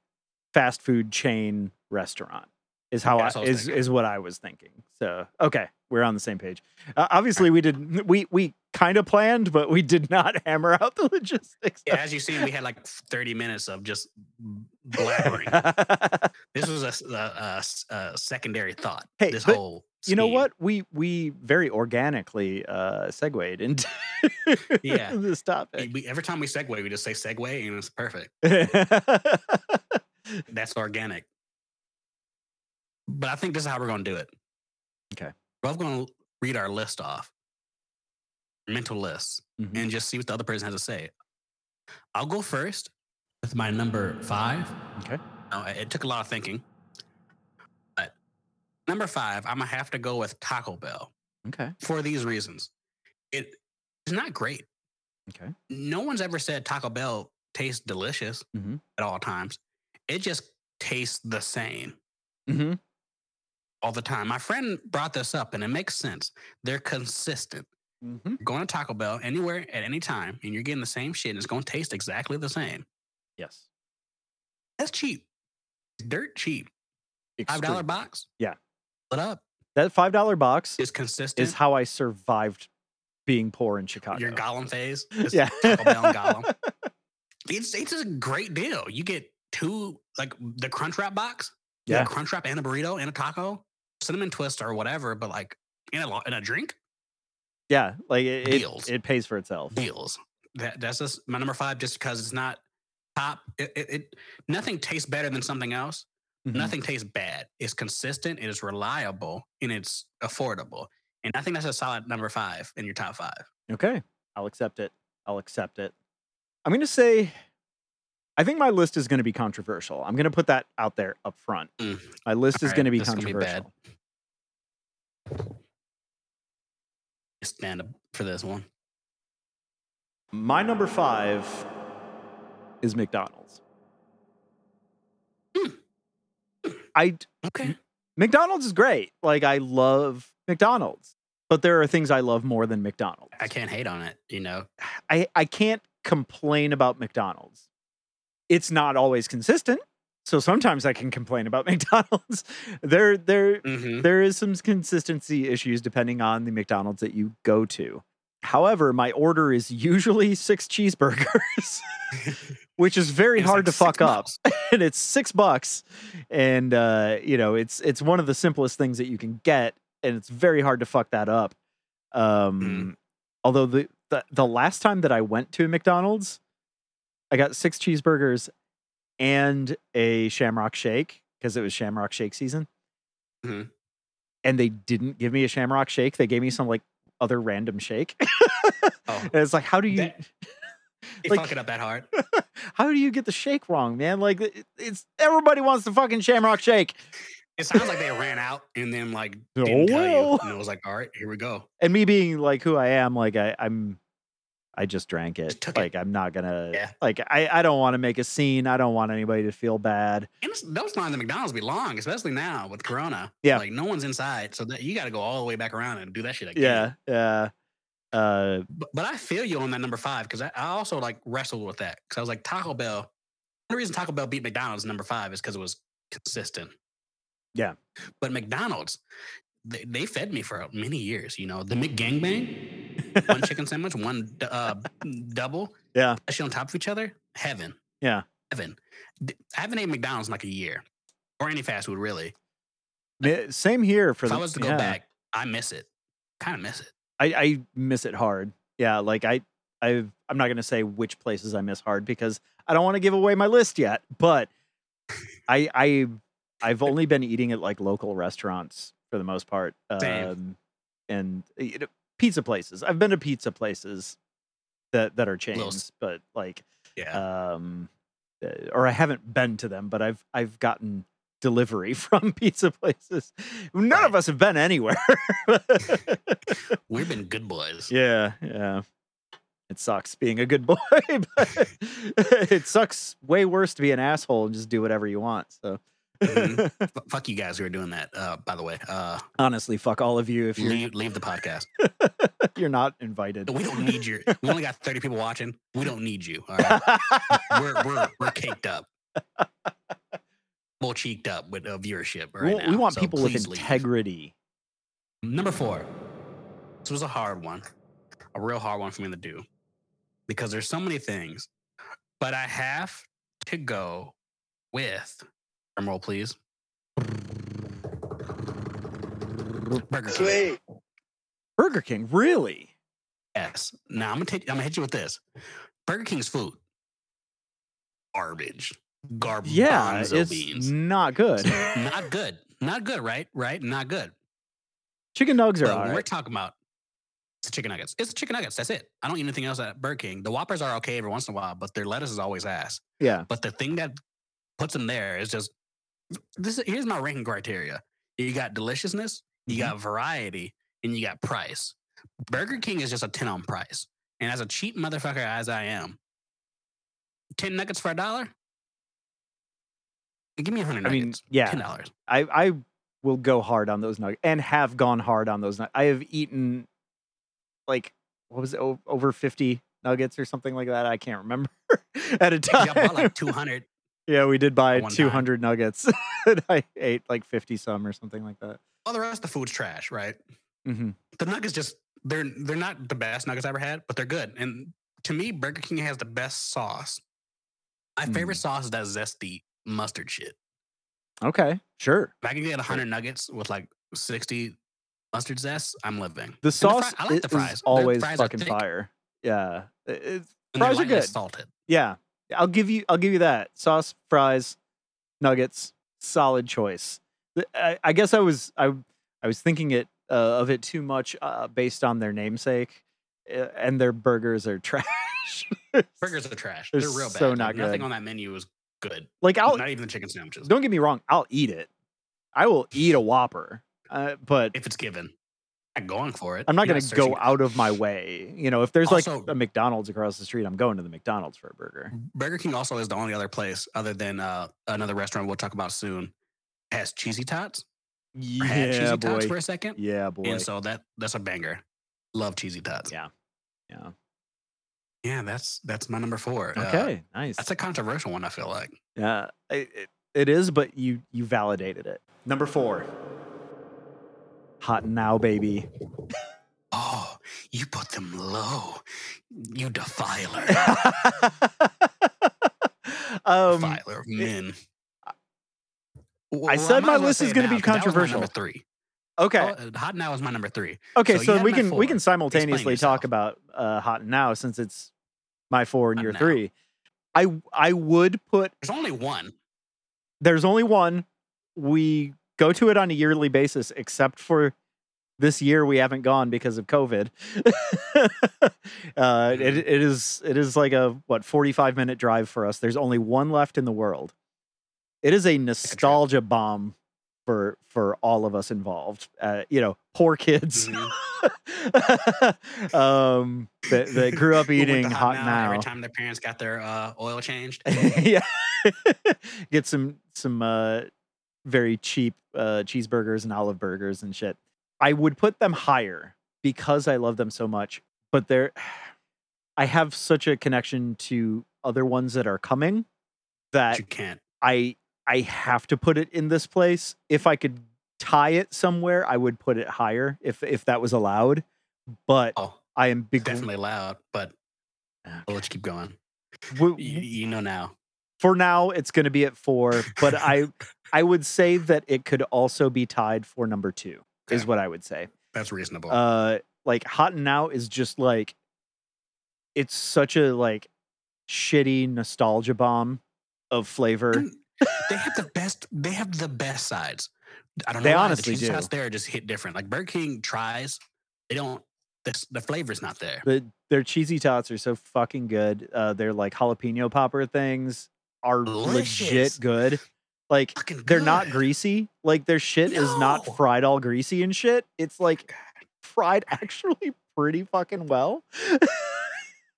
fast food chain restaurant is how Yeah, I, that's what I was is thinking. is what I was thinking. So okay, we're on the same page. Uh, obviously, we did we we kind of planned, but we did not *laughs* hammer out the logistics. Yeah, as you see, we had like 30 minutes of *laughs* just blabbering. this was a, s- a- a s- a secondary thought. Hey, this but whole you know scheme. what we we very organically uh segued into Yeah. *laughs* E this We- topic we- every time we segue, we just say segue, and it's perfect. That's organic. But I think this is how we're going to do it. Okay. We're going to read our list off, mental lists, Mhm. and just see what the other person has to say. I'll go first with my number five. Okay. Now, it- it took a lot of thinking, but number five, I'm gonna have to go with Taco Bell. okay for these reasons. It is not great. Okay. No one's ever said Taco Bell tastes delicious Mhm. at all times. It just tastes the same hmm all the time. My friend brought this up and it makes sense. They're consistent. hmm You're going to Taco Bell anywhere at any time and you're getting the same shit and it's going to taste exactly the same. yes That's cheap. Dirt cheap. $5 Extreme. box. Yeah. What up? that five dollar box It's consistent. is how i survived being poor in chicago Your Gollum phase. is *laughs* yeah Taco Bell and Gollum. *laughs* it's it's a great deal. You get two like the crunch wrap box. you get Yeah. a crunch wrap and a burrito and a taco, cinnamon twist or whatever, but like in a lo- in a drink *laughs* yeah like it, it, Deals. it pays for itself deals. That that's just my number five, just because it's not top. It, it, it nothing tastes better than something else. Mhm. Nothing tastes bad. It's consistent. It is reliable and it's affordable. And I think that's a solid number five in your top five. Okay. I'll accept it. I'll accept it. I'm going to say, I think my list is going to be controversial. I'm going to put that out there up front. Mm. My list is Alright, going to be this is gonna be bad. controversial. Stand up for this one. my number five is McDonald's. Mm. I Okay. McDonald's is great. Like I love McDonald's, but there are things I love more than McDonald's. I can't hate on it. You know, I, I can't complain about McDonald's. It's not always consistent. So sometimes I can complain about *laughs* McDonald's. there, there, Mm-hmm. there is some consistency issues depending on the McDonald's that you go to. However, my order is usually six cheeseburgers, *laughs* which is very hard to fuck up. And it's six bucks, and uh, you know it's it's one of the simplest things that you can get, and it's very hard to fuck that up. Um, Although the, the the last time that I went to a McDonald's, I got six cheeseburgers and a Shamrock Shake because it was Shamrock Shake season and they didn't give me a shamrock shake. They gave me some like other random shake. *laughs* *laughs* Oh, and it's like, how do you That- they like- fuck it up that hard. how do you get the shake wrong, man? Like it- it's everybody wants the fucking shamrock shake. It sounds like they ran out and then *laughs* like Oh, didn't tell well. you. And it was like, all right, here we go. And me being like who I am, like I, I'm I just drank it. Just took it. like I'm not gonna Yeah. like I, I don't want to make a scene. I don't want anybody to feel bad. And it's, those lines at McDonald's be long, especially now with Corona. Yeah. like no one's inside, so that you got to go all the way back around and do that shit again. Yeah. Yeah. Uh but, but I feel you on that number five because I, I also like wrestled with that because I was like Taco Bell. The only reason Taco Bell beat McDonald's number five is because it was consistent. Yeah. but McDonald's, they, they fed me for many years. You know the McGangbang, *laughs* one chicken sandwich, one d- uh, double. Yeah. actually on top of each other, heaven. Yeah. heaven. D- I haven't ate McDonald's in like a year or any fast food really. mi- same here for if the I was to go yeah. back, I miss it. Kind of miss it. I, I miss it hard. Yeah, like I I I'm not gonna say which places I miss hard because I don't want to give away my list yet. *laughs* But I I I've only been eating at like local restaurants for the most part, Same. um, and you know, pizza places. I've been to pizza places that that are chains, Little but like Yeah. um, uh, or I haven't been to them, but I've I've gotten delivery *laughs* from pizza places. None of Right. us have been anywhere. *laughs* We've been good boys. Yeah, yeah. It sucks being a good boy, *laughs* but it sucks way worse to be an asshole and just do whatever you want. So Mhm. F- fuck you guys who are doing that. Uh, by the way, uh, honestly, fuck all of you if you're leave, leave the podcast. *laughs* you're not invited. We don't *laughs* need your. We only got thirty people watching. We don't need you. All right, we're we're we're caked up. Full cheeked up with uh, viewership we, right want- now. we want so people with please leave. integrity. Number four. This was a hard one, a real hard one for me to do, because there's so many things, but I have to go with drumroll, please. Burger King. Sweet. Burger King, really? Yes. Now I'm gonna take. I'm gonna hit you with this. Burger King's food, garbage, garbage. Yeah, it's beans. *laughs* not good. not good. Not good. Right. Right. Not good. Chicken nugs are But all we're right. talking about it's the chicken nuggets. It's the chicken nuggets. That's it. I don't eat anything else at Burger King. The Whoppers are okay every once in a while, but their lettuce is always ass. Yeah, But the thing that puts them there is just this. is- Here's my ranking criteria. You got deliciousness, you Mm-hmm. got variety, and you got price. Burger King is just a ten on price, and as a cheap motherfucker as I am, ten nuggets for a dollar. Give me a hundred I mean, nuggets. ten yeah, *laughs* dollars. I I will go hard on those nuggets and have gone hard on those nuggets. I have eaten like what was it o- over fifty nuggets or something like that. I can't remember *laughs* at a I bought time. *laughs* like two hundred. Yeah, we did buy one time. 200 nuggets. *laughs* and I ate like 50 some or something like that. All the rest of the food's trash, right? hmm the nuggets just they're they're not the best nuggets I ever had, but they're good. And to me, Burger King has the best sauce. My favorite Hmm. sauce is that zesty mustard shit. Okay, sure. If I can get hundred nuggets with like sixty mustard zest, I'm living. The sauce fri- I like the i- fries. is Their always fries are fucking thick. fire. Yeah, I- it's- And they're Fries are lightly good. Salted. yeah. I'll give you. I'll give you that. Sauce, fries, nuggets. Solid choice. Th- I, I guess I was I I was thinking it uh, of it too much uh, based on their namesake, uh, and their burgers are *laughs* trash. Burgers are trash. They're They're real bad. so Like, not Nothing good. on that menu is good. like I'll not even the chicken sandwiches. don't get me wrong. I'll eat it. I will eat a Whopper. Uh, but If it's given, I'm not going for it. I'm not You're going to searching go it. out of my way. You know, if there's like Also- a McDonald's across the street, I'm going to the McDonald's for a burger. Burger King also is the only other place other than uh, another restaurant we'll talk about soon has cheesy tots. or Had Yeah, cheesy tots boy. for a second. Yeah, boy. And so that that's a banger. Love cheesy tots. Yeah. Yeah. Yeah, that's that's my number four. Uh, Okay, nice. that's a controversial one. I feel like Yeah, I- it, It is, but you you validated it. Number four. Hot now, baby. Oh, you put them low. You defiler. *laughs* *laughs* um, defiler of men. I said my list is gonna be controversial. Number three. okay. Oh, uh, Hot now is my number three. Okay, Oh, so so, you had we my can four. we can simultaneously yourself. talk about uh, hot and now since it's my four and Hot your Now. three. I I would put There's only one. there's only one. We go to it on a yearly basis, except for this year we haven't gone because of COVID. *laughs* uh, it, it is it is like a what 45 minute drive for us. There's only one left in the world. It is a nostalgia bomb for for all of us involved. Uh, you know, poor kids. Mhm. *laughs* um, that, *laughs* that grew up Who went to eating hot, now. Every time their parents got their uh, oil changed. *laughs* yeah. *laughs* Get some some uh very cheap uh cheeseburgers and olive burgers and shit. I would put them higher because I love them so much, but they're *sighs* I have such a connection to other ones that are coming that you can't. I I have to put it in this place. If I could tie it somewhere, I would put it higher if if that was allowed. But Oh, I am big definitely loud, but I'll Okay. let you keep going. W- You, you know now. for now it's going to be at four but *laughs* i i would say that it could also be tied for number two is Okay. what i would say That's reasonable. uh like hot and now is just like it's such a like shitty nostalgia bomb of flavor And they have the best. They have the best sides. I don't know. They why. honestly the cheese do. sides there just hit different. Like Burger King tries. They don't. The, s- the flavor's not there. the their cheesy tots are so fucking good uh their like jalapeno popper things are Delicious. legit good like Fucking they're not good. greasy. Like their shit is No. Oh not fried all greasy and shit. It's like fried *laughs* actually pretty fucking well.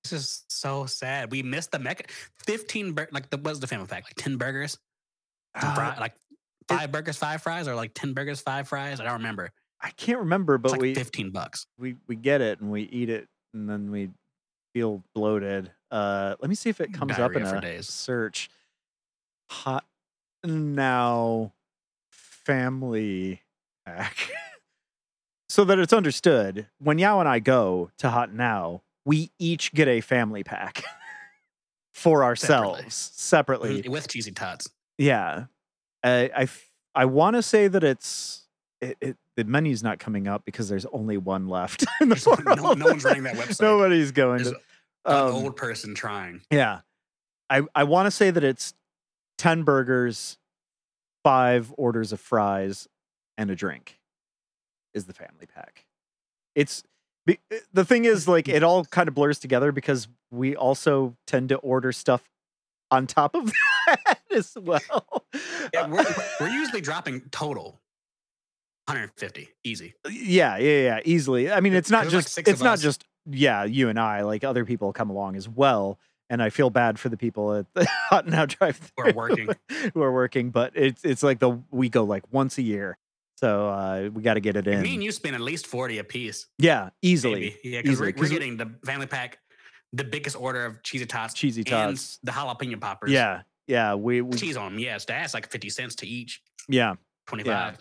This is so sad. We missed the mecca. Fifteen bur- like the what's the family pack? Like ten burgers, Uh, some fri- like five burgers, five fries, or like ten burgers, five fries. I don't remember. I can't remember, It's but like we, fifteen bucks. we we get it and we eat it and then we feel bloated. Uh let me see if it comes up in Diarrhea for a days. search. Hot now family pack. *laughs* so that it's understood, when Yao and I go to Hot Now, we each get a family pack *laughs* for ourselves separately. Mm, with cheesy tots. Yeah, I I, f- I want to say that it's it, it the menu's not coming up because there's only one left *laughs* in the There's no- no world. one's running that website. Nobody's going. There's To, an um, old person trying. yeah, I I want to say that it's ten burgers, five orders of fries, and a drink, is the family pack. It's be- eh, the thing is like it *laughs* all kind of blurs together because we also tend to order stuff on top of *laughs* that as well. Yeah, we're, *laughs* we're usually dropping total 150 easy. yeah yeah yeah easily i mean it's not There's like just six it's of not us. just yeah you and i like other people come along as well and i feel bad for the people at the *laughs* hot now drive We're working. *laughs* who are working but it's it's like the we go like once a year so uh we got to get it in Me and you spend at least 40 a piece. yeah easily Maybe. Yeah, because Easily, we're, 'cause we're we- getting the family pack, the biggest order of cheesy tots, cheesy and tots the jalapeno poppers. yeah yeah we, we Cheese on them. Yes, that's like 50 cents to each, yeah 25.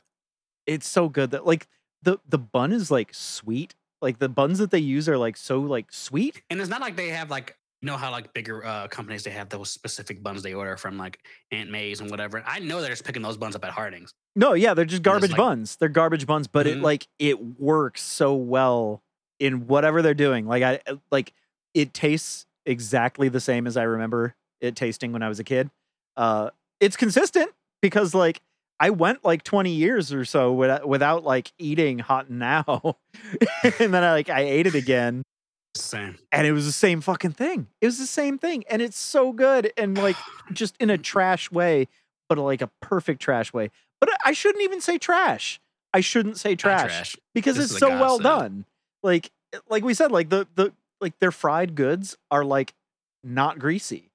it's so good that like the the bun is like sweet like the buns that they use are like so like sweet And it's not like they have like, you know how like bigger uh, companies they have those specific buns they order from like Aunt May's and whatever. I know they're just picking those buns up at Harding's. No, yeah, they're just Mm-hmm. They're garbage just like- buns. They're garbage buns, but Mhm. it like it works so well in whatever they're doing. Like I uh, like it tastes exactly the same as I remember it tasting when I was a kid. Uh it's consistent because like I went like 20 years or so without, without like eating hot now. *laughs* and then I like I ate it again Same. and it was the same fucking thing. It was the same thing and it's so good and *sighs* like just in a trash way, but like a perfect trash way. But I- I shouldn't even say trash. I shouldn't say Not trash, because This it's is a so well godsend. done. Like like we said, like the the like their fried goods are like not greasy.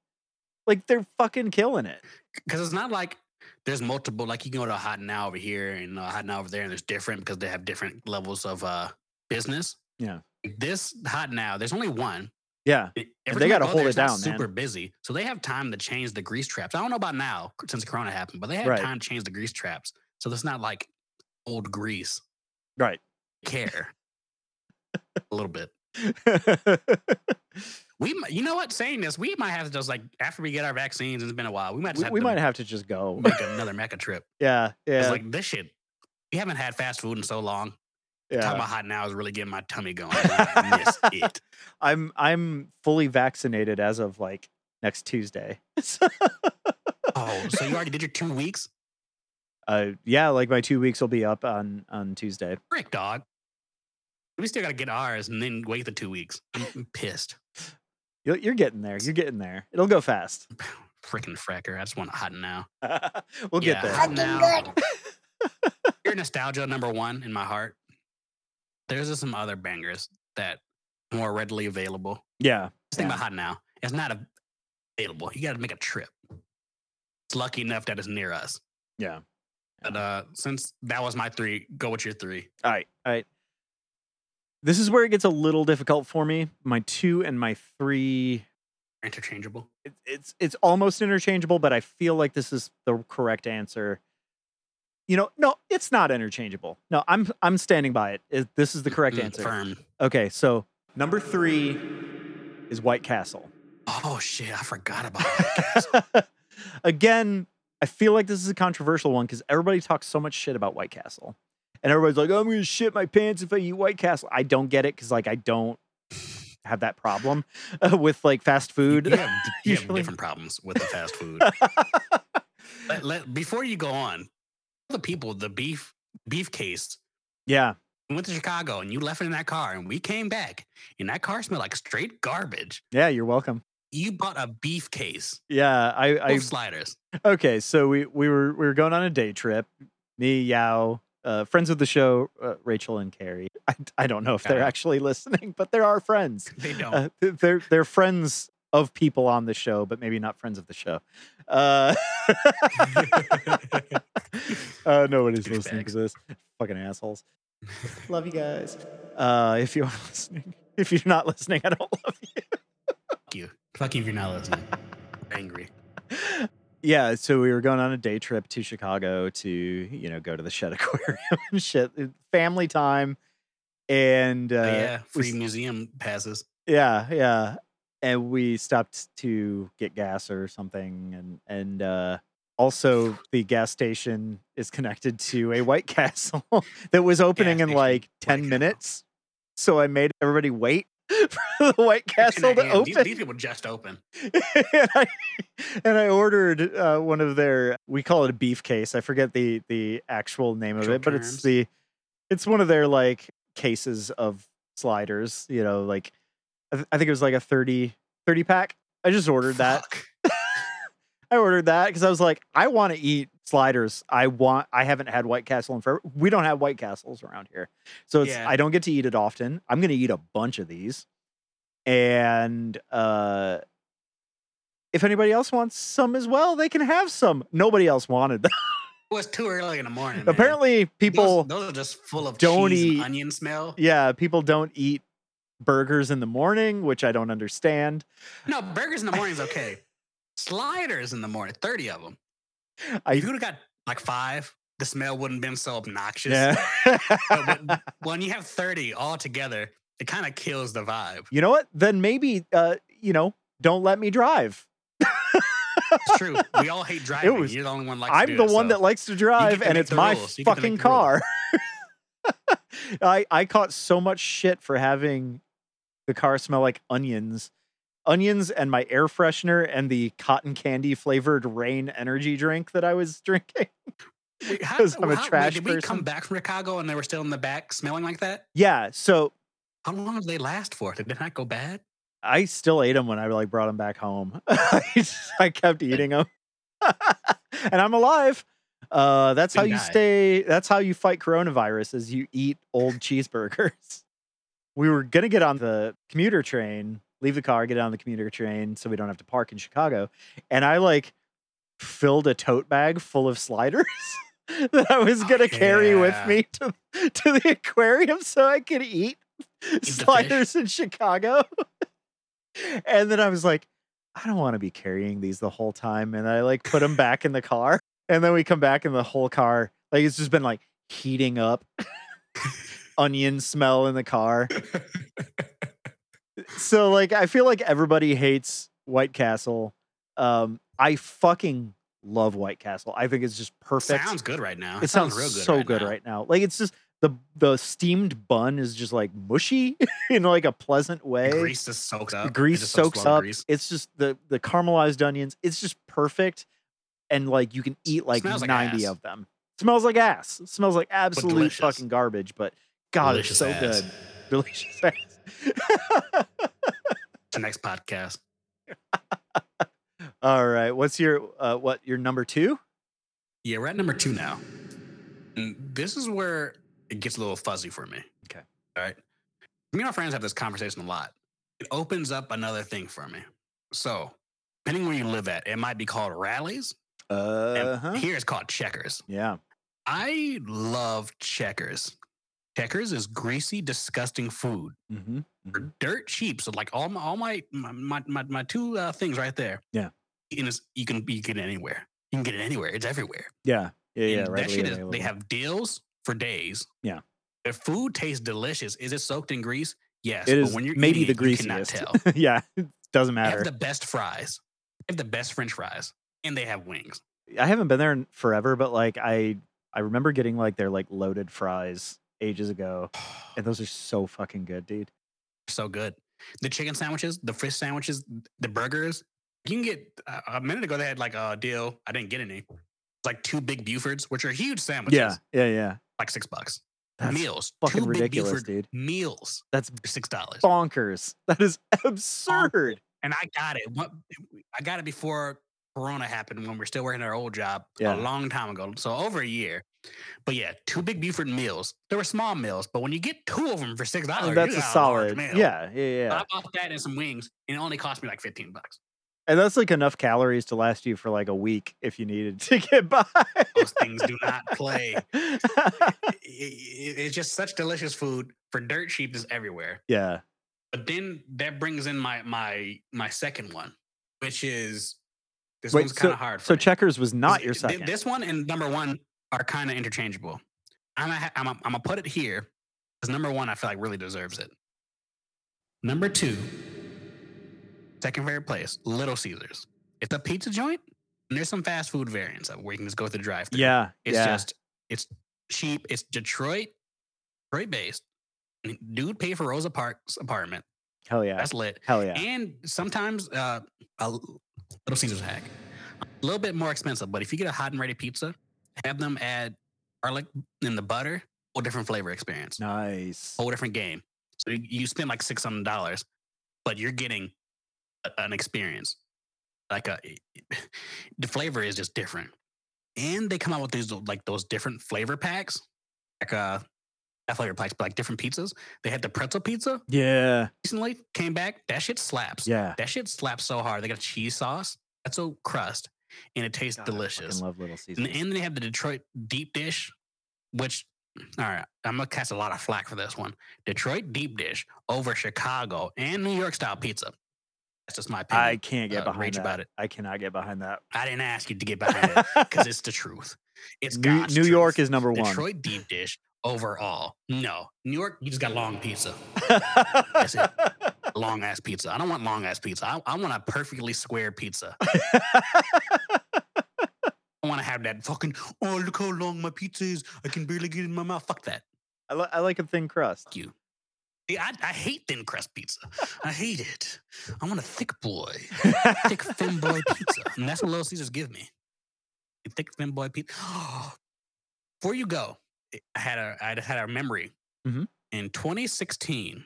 Like they're fucking killing it. because it's not like there's multiple like you can go to a hot now over here and a hot now over there and there's different because they have different levels of uh business Yeah. this hot now there's only one Yeah. It- And every they time I gotta go hold there, it it's not down, man. Super busy, so they have time to change the grease traps. I don't know about now since Corona happened, but they have Right. time to change the grease traps, so it's not like old grease. Right. *laughs* Care a little bit. We, mi- you know what? Saying this, we might have to just like after we get our vaccines, and it's been a while. We might just we, have we to might have to just go. make another mecca trip. *laughs* yeah. It's Yeah. like this shit. We haven't had fast food in so long. Talking yeah. about hot now is really getting my tummy going. I *laughs* miss it. I'm I'm fully vaccinated as of like next Tuesday. *laughs* So, Oh, so you already did your two weeks? uh, yeah, like my two weeks will be up on on Tuesday. Frick, dog. We still gotta get ours and then wait the two weeks. I'm I'm pissed. You're, you're getting there. You're getting there. It'll go fast. *laughs* Frickin' fracker. I just want hot now. we'll Yeah. get there. Hot Fucking now. good. *laughs* Your nostalgia number one in my heart. There's just some other bangers that more readily available. Yeah. Just think Yeah. about hot now. It's not av- available. You gotta make a trip. It's lucky enough that it's near us. Yeah. But uh since that was my three, go with your three. All right. All right. This is where it gets a little difficult for me. My two and my three. Interchangeable. It, it's it's almost interchangeable, but I feel like this is the correct answer. You know, no, it's not interchangeable. No, I'm I'm standing by it. It- This is the correct Mm, answer. Firm. Okay, so number three is White Castle. Oh shit, I forgot about that. *laughs* Again, I feel like this is a controversial one because everybody talks so much shit about White Castle, and everybody's like, "I'm gonna shit my pants if I eat White Castle." I don't get it because like I don't have that problem *laughs* uh, with like fast *laughs* food. You have, you have Usually. different problems with the fast food. let, let- before you go on, tell the people the beef beef case *laughs* yeah, we went to Chicago and you left it in that car and we came back and that car smelled like straight garbage. yeah, you're welcome. You bought a beef case Yeah, I, of I sliders. okay. So we we were we were going on a day trip. Me, Yao, uh, friends of the show, uh, Rachel and Carrie. I, I don't know if they're Yeah. actually *laughs* listening, but they're our friends. They don't. *laughs* *laughs* uh, th- they're they're friends of people on the show, but maybe not friends of the show. Uh, *laughs* uh, nobody's listening to this. Fucking assholes. *laughs* Love you guys. Uh, if you are *laughs* listening, if you're not listening, I don't love you. Fuck you. Fuck you if you're not listening. Uh, Angry. Yeah, so we were going on a day trip to Chicago to, you know, go to the Shed Aquarium *laughs* and shit. Family time. And uh, But Oh, yeah, we free museum passes. Yeah, yeah. And we stopped to get gas or something and and uh also the gas station is connected to a White *laughs* Castle that was opening in station, like 10 Castle. minutes. So I made everybody wait *laughs* for the White Castle And I to am. These, open. these people just open. *laughs* and, I, and I ordered uh, one of their we call it a beef case. I forget the the actual name of Actual it, but it's terms. the it's one of their like cases of sliders, you know, like I, th- I think it was like a 30 30 pack. I just ordered that. Fuck. *laughs* I ordered that because I was like, I want to eat sliders. I want. I haven't had White Castle in forever. We don't have White Castles around here, so it's, Yeah. I don't get to eat it often. I'm gonna eat a bunch of these, and uh, if anybody else wants some as well, they can have some. Nobody else wanted them. *laughs* It was too early in the morning. man. Apparently, people. Those, those are just full of don't cheese eat- and onion smell. Yeah, people don't eat burgers in the morning, which I don't understand. No, burgers in the morning is okay. Sliders in the morning, 30 of them. I If you would have got like five, the smell wouldn't have been so obnoxious. yeah. But when, when you have 30 all together, it kind of kills the vibe. *laughs* you know what? Then maybe uh, you know, don't let me drive. It's true. we all *laughs* hate driving. was- You're the only one like I'm the one that likes to drive, to and make it's the my rules. You get to fucking make the rules. car. *laughs* I I caught so much shit for having the car smell like onions, onions, and my air freshener and the cotton candy flavored rain energy drink that I was *laughs* drinking. that *laughs* because I'm a trash Did we person. come back from Chicago and they were still in the back smelling like that? Yeah, so How long did they last for? Did they not go bad? I still ate them when I like brought them back home. *laughs* I, just- I kept eating them, *laughs* and I'm alive. Uh, that's how Didn't you die. stay. That's how you fight coronavirus: is you eat old cheeseburgers. *laughs* We were gonna get on the commuter train, leave the car, get on the commuter train, so we don't have to park in Chicago. And I like filled a tote bag full of sliders *laughs* that I was Oh, gonna carry with yeah. me to *laughs* to the aquarium so I could eat the fish. sliders in Chicago. and then I was like, I don't want to be carrying these the whole time. And I like put them back in the car. And then we come back and the whole car, like it's just been like heating up, onion smell in the car. So like I feel like everybody hates White Castle. Um, I fucking love White Castle. I think it's just perfect. Sounds good right now. it sounds, so good now. right now. Like it's just the the steamed bun is just like mushy *laughs* in like a pleasant way. The Grease just soaks up. The It grease just soaks soaks all the up. grease. It's just the the caramelized onions. It's just perfect, and like you can eat like Smells like ninety ass. of them. Smells like ass. smells like absolute delicious. fucking garbage, but God, Delicious it's so ass. good. *laughs* Delicious ass. *laughs* The next podcast. All right, what's your uh, what your number two? Yeah, we're at number two now. And this is where it gets a little fuzzy for me. Okay. All right. Me and my friends have this conversation a lot. It opens up another thing for me. So, depending where you live at, it might be called rallies. and Uh huh. Here it's called checkers. Yeah. I love checkers. Checkers is greasy, disgusting food. Mm-hmm. are dirt cheap. So like all my all my my my, my, my two uh, things right there. Yeah. and it's, you can you can get it anywhere. You can get it anywhere. It's everywhere. Yeah. Yeah. Yeah. And Right. that shit is, they have deals for days. Yeah. Their food tastes delicious. Is it soaked in grease? Yes. It but is when you're maybe eating the it, you cannot greasiest. *laughs* tell. yeah. It doesn't They matter. have the best fries. They have the best French fries, and they have *sighs* wings. *sighs* I haven't been there in forever, but like I I remember getting like their like loaded fries ages ago, and those are so fucking good, dude. so good. The chicken sandwiches, the fish sandwiches, the burgers. You can get uh, a minute ago they had like a deal. I didn't get any. Like two big Bufords, which are huge sandwiches. yeah, yeah, yeah. like six bucks. That's meals, fucking two ridiculous, big Buford dude. meals, That's for six dollars. bonkers. *laughs* That is absurd. And I got it. What- I got it before Corona happened when we were still working at our old job Yeah. a long time ago, so over a year. But yeah, two big Buford meals. They were small meals, but when you get two of them for six I dollars, mean, that's a solid. meal. Yeah, yeah, yeah. I bought that and some wings, and it only cost me like fifteen bucks. And that's like enough calories to last you for like a week if you needed *laughs* to get by. Those things do not *laughs* play. yeah. I- I- it's just such delicious food for dirt cheap is everywhere. But then that brings in my my my second one, which is this Wait, one's kind of hard. For So me. checkers was not your Th- th- second. This one and number one are kind of interchangeable. I'm gonna, ha- I'm gonna, I'm gonna put it here because number one I feel like really deserves it. Number two, second favorite place, Little Caesars. It's a pizza joint, and there's some fast food variants of where you can just go through the drive-through. yeah. It's yeah. just it's cheap. It's Detroit, Detroit based. Dude paid for Rosa Parks apartment. Hell yeah. That's lit. Hell yeah. And sometimes uh, a l- Little Caesars hack, a little bit more expensive. But if you get a hot and ready pizza, have them add garlic in the butter, whole different flavor experience, Nice. whole different game. So you, you spend like six hundred dollars, but you're getting a, an experience. Like a, *laughs* the flavor is just different, and they come out with these like those different flavor packs, like uh, not flavor packs, but like different pizzas. They had the pretzel pizza Yeah. recently, came back. That shit slaps. Yeah. That shit slaps so hard. They got a cheese sauce, that's a crust, and it tastes God, I delicious. fucking love Little And, Caesars. and they have the Detroit deep dish, which, all right, I'm gonna catch a lot of flack for this one. Detroit deep dish over Chicago and New York style pizza. That's just my opinion. *laughs* I I, can't get uh, behind rage that. about it. I cannot get behind that. *laughs* didn't ask you to get behind it because it's the truth. It's *laughs* New, God's New York truth. is number one. *laughs* Detroit deep dish overall. No, New York, you just got long pizza, That's it. long ass pizza. I don't want long ass pizza. I, I want a perfectly square pizza. *laughs* I want to have that fucking, oh, look how long my pizza is. I can barely get it in my mouth. Fuck that. I, li- I like a thin crust. *laughs* Fuck you. Yeah, I, I hate thin crust pizza. I hate it. I want a thick boy, thick thin boy pizza. And that's what Little Caesars give me. A thick thin boy pizza. *gasps* Before you go, I had a, I had a memory. Mhm. In 2016,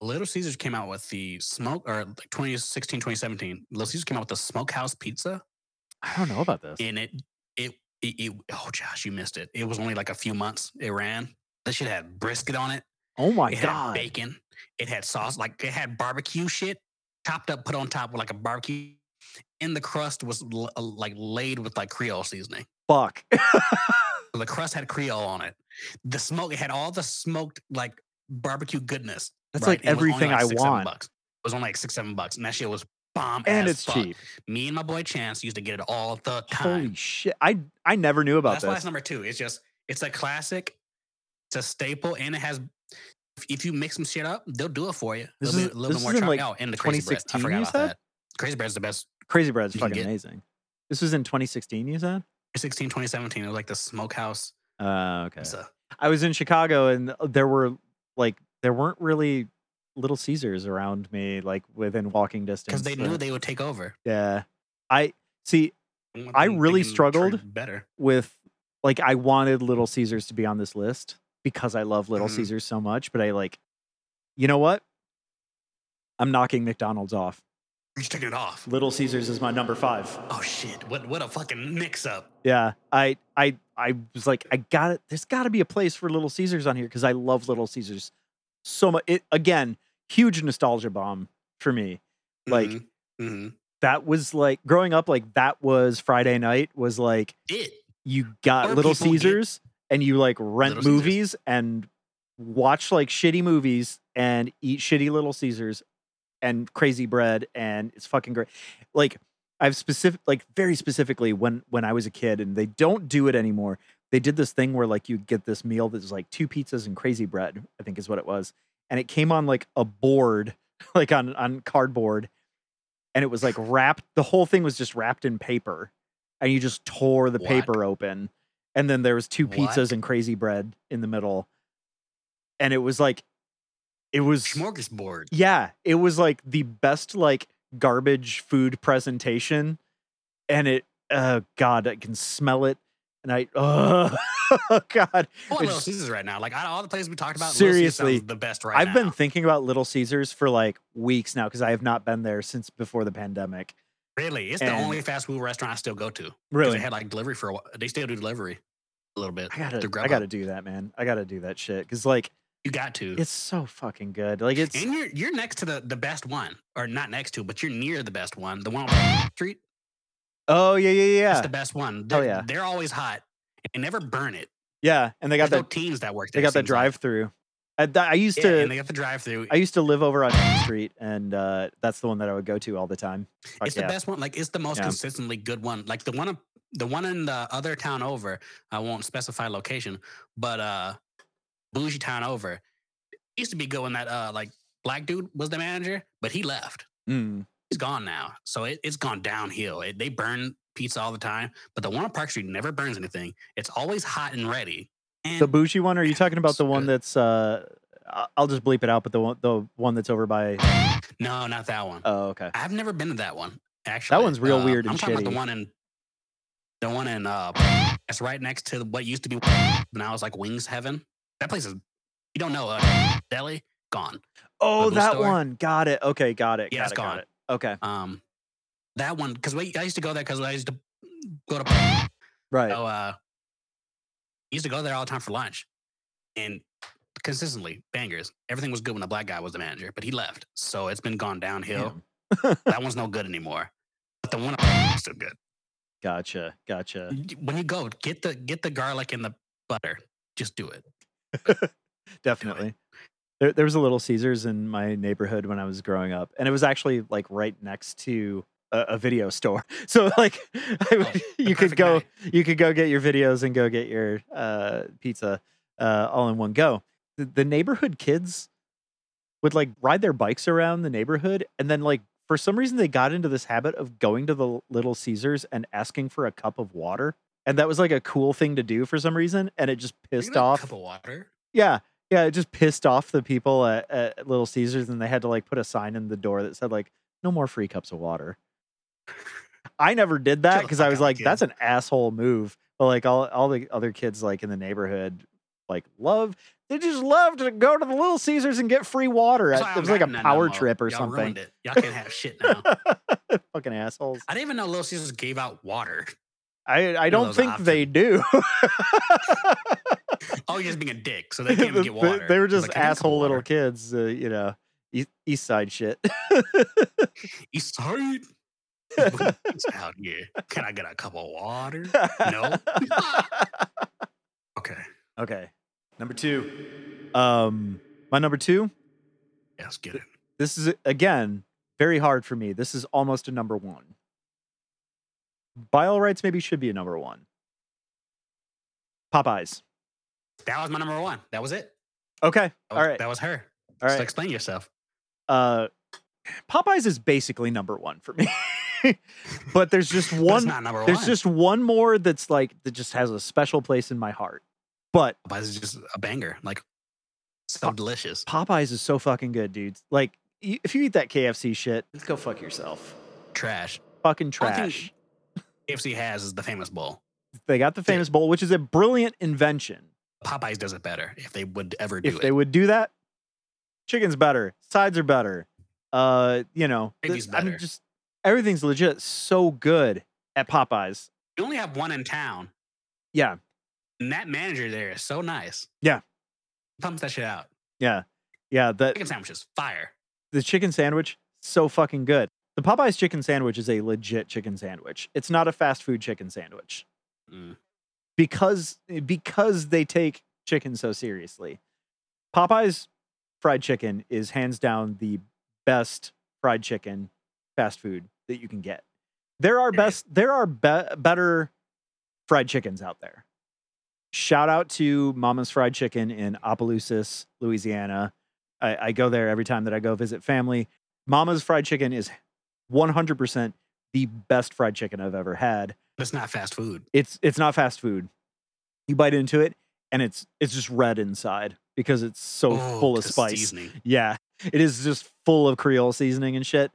Little Caesars came out with the smoke, or like 2016, 2017, Little Caesars came out with the smokehouse pizza. *laughs* I don't know about this. and it, it it it oh Josh, you missed it. It was only like a few months it ran. That shit had brisket on it. oh my it had god! bacon. It had sauce. Like it had barbecue shit chopped up, put on top with like a barbecue. And the crust was l- uh, like laid with like Creole seasoning. Fuck. *laughs* So the crust had Creole on it. The smoke it had all the smoked like barbecue goodness. That's right? like And it was only, everything I six, seven want. bucks. was on like six, seven bucks, and that shit was bomb. and as it's fuck. cheap. Me and my boy Chance used to get it all the time. Holy shit! I I never knew about That's why this. it's number two. It's just it's a classic, it's a staple, and it has. if- If you mix some shit up, they'll do it for you. This a little is- bit, little this bit more is in, char- like, oh, and the crazy bread. I 2016 forgot you about said? that. Crazy bread's the best. Crazy bread's you can fucking get- amazing. This was in 2016. You said? 16, 2017. It was like the smokehouse. Uh, okay. pizza. I was in Chicago and uh, there were like there weren't really Little Caesars around me, like within walking distance. because they so- knew they would take over. Yeah, I see I'm I thinking really they can struggled treat Better. with like I wanted Little Caesars to be on this list because I love Little Mhm. Caesars so much, but I like, you know what? I'm knocking McDonald's off. You're just taking it off. Little Caesars is my number five. Oh shit! What what a fucking mix up. Yeah, I I I was like, I got it. There's got to be a place for Little Caesars on here because I love Little Caesars so much. It again, huge nostalgia bomb for me. Like Mhm, mhm. that was like growing up. Like that was Friday night was like it. you got Or Little people get- Caesars and you like rent Little Caesars. movies and watch like shitty movies and eat shitty Little Caesars and crazy bread and it's fucking great. Like I've specific like very specifically when when I was a kid and they don't do it anymore. They did this thing where like you get this meal that's like two pizzas and crazy bread, I think is what it was. And it came on like a board, *laughs* like on on cardboard and it *sighs* was like wrapped the whole thing was just wrapped in paper and you just tore the What? paper open and then there was two pizzas What? and crazy bread in the middle and it was like it was Smorgasbord. yeah it was like the best like garbage food presentation and it oh god i can smell it and i *laughs* oh, god What It's Little just- Caesars right now? Like out of all the places we talked about, Little Caesars sounds Seriously, the best right I've now. been thinking about Little Caesars for like weeks now because I have not been there since before the pandemic. really. It's the and- only fast food restaurant I still go to. 'Cause they had like delivery for a while. They still do delivery a little bit. I gotta, through I Grubhub. gotta do that, man. I gotta do that shit because like You got to. it's so fucking good. Like it's and you're you're next to the the best one, or not next to, but you're near the best one. The one on the street. oh yeah yeah That's yeah the best one. Oh, They're, yeah. They're always hot and never burn it. yeah. And they got There's no that teams that work. they There, got that seems like. drive through. I, th- I used Yeah, and to they got the drive-through. I used to live over on Main Street, and uh, that's the one that I would go to all the time. Fuck It's yeah. the best one. Like it's the most Yeah. consistently good one. Like the one, up- the one in the other town over. I won't specify location, but uh, bougie town over. It used to be good when that uh, like black dude was the manager, but he left. Mm. He's gone now, so it, it's gone downhill. It, they burn pizza all the time, but the one on Park Street never burns anything. It's always hot and ready. And The bougie one? Are you talking about It's the one good. that's? uh I- I'll just bleep it out, but the one the one that's over by. no, not that one. Oh okay. I've never been to that one. Actually, one's real Uh, weird I'm and talking about shitty. the one in the one in uh, that's right next to what used to be now it's like Wings Heaven. That place is you don't know uh, deli gone. Oh Little that store. one. Got it. Okay, got it. Yeah, got it's it, gone. Got it. Okay. Um, that one because I used to go there because I used to go to Right. so, uh, used to go there all the time for lunch and consistently bangers. Everything was good when the black guy was the manager, but he left, so it's been gone downhill. Damn. That one's no good anymore. But the one *laughs* is still good. Gotcha. Gotcha. Y- when you go get the get the garlic and the butter just do it definitely. There, there was a Little Caesars in my neighborhood when I was growing up, and it was actually like right next to a, a video store. *laughs* So like, I would, you could Oh, perfect go, night. you could go get your videos and go get your uh, pizza uh, all in one go. The, the neighborhood kids would like ride their bikes around the neighborhood, and then like for some reason they got into this habit of going to the Little Caesars and asking for a cup of water. And that was like a cool thing to do for some reason, and it just You pissed know, off. cup of water Yeah. Yeah. It just pissed off the people at, at Little Caesars and they had to like put a sign in the door that said like, no more free cups of water. I never did that the because I fuck was out, like, kid. that's an asshole move. But like all, all the other kids like in the neighborhood, like love, they just love to go to the Little Caesars and get free water. That's I- why it I'm was like not a in that no power more. trip or Y'all something. ruined it. y'all can't have shit *laughs* now Fucking assholes. i didn't even know little caesars gave out water *laughs* I, I don't those think they do. oh you're just being a dick *laughs* so they can't even They- get water They were It's just like, "I need a cup of asshole little water." kids, uh, you know, east, east side shit. *laughs* he's sorry It's out here can i get a cup of water *laughs* No. okay okay. Number two. Um, my number two. yeah, let's get it This is again very hard for me. This is almost a number one. By all rights, maybe should be a number one. Popeyes. That was my number one. That was it. Okay. That All was- right. Oh, That was her. All So right. explain yourself. Uh, Popeyes is basically number one for me. *laughs* but there's just But it's one. not number There's one. just one more that's like that just has a special place in my heart. But Popeyes is just a banger. Like so delicious. Popeyes is so fucking good, dude. Like, y- if you eat that KFC shit, Let's go fuck yourself. Trash. fucking Only thing- trash. KFC has is the famous bowl. They got the famous bowl, which is a brilliant invention. Popeyes does it better if they would ever do If it. they would do that, chicken's better, sides are better. Uh, you know, Brady's I mean, better. just everything's legit so good at Popeyes. you only have one in town, Yeah, and that manager there is so nice. Yeah. Pumps that shit out. yeah, yeah. That Chicken sandwiches, fire. the chicken sandwich so fucking good. The Popeyes chicken sandwich is a legit chicken sandwich. It's not a fast food chicken sandwich. Mm. because eh, because they take chicken so seriously. Popeye's fried chicken is hands down the best fried chicken fast food that you can get. There are Period. best there are be- better fried chickens out there. Shout out to Mama's Fried Chicken in Opelousas, Louisiana. I, I go there every time that I go visit family. Mama's Fried Chicken is 100% the best fried chicken I've ever had But it's not fast food. it's it's not fast food. You bite into it and it's it's just red inside because it's so Oh, full of the spice. seasoning. Yeah. It is just full of Creole seasoning and shit.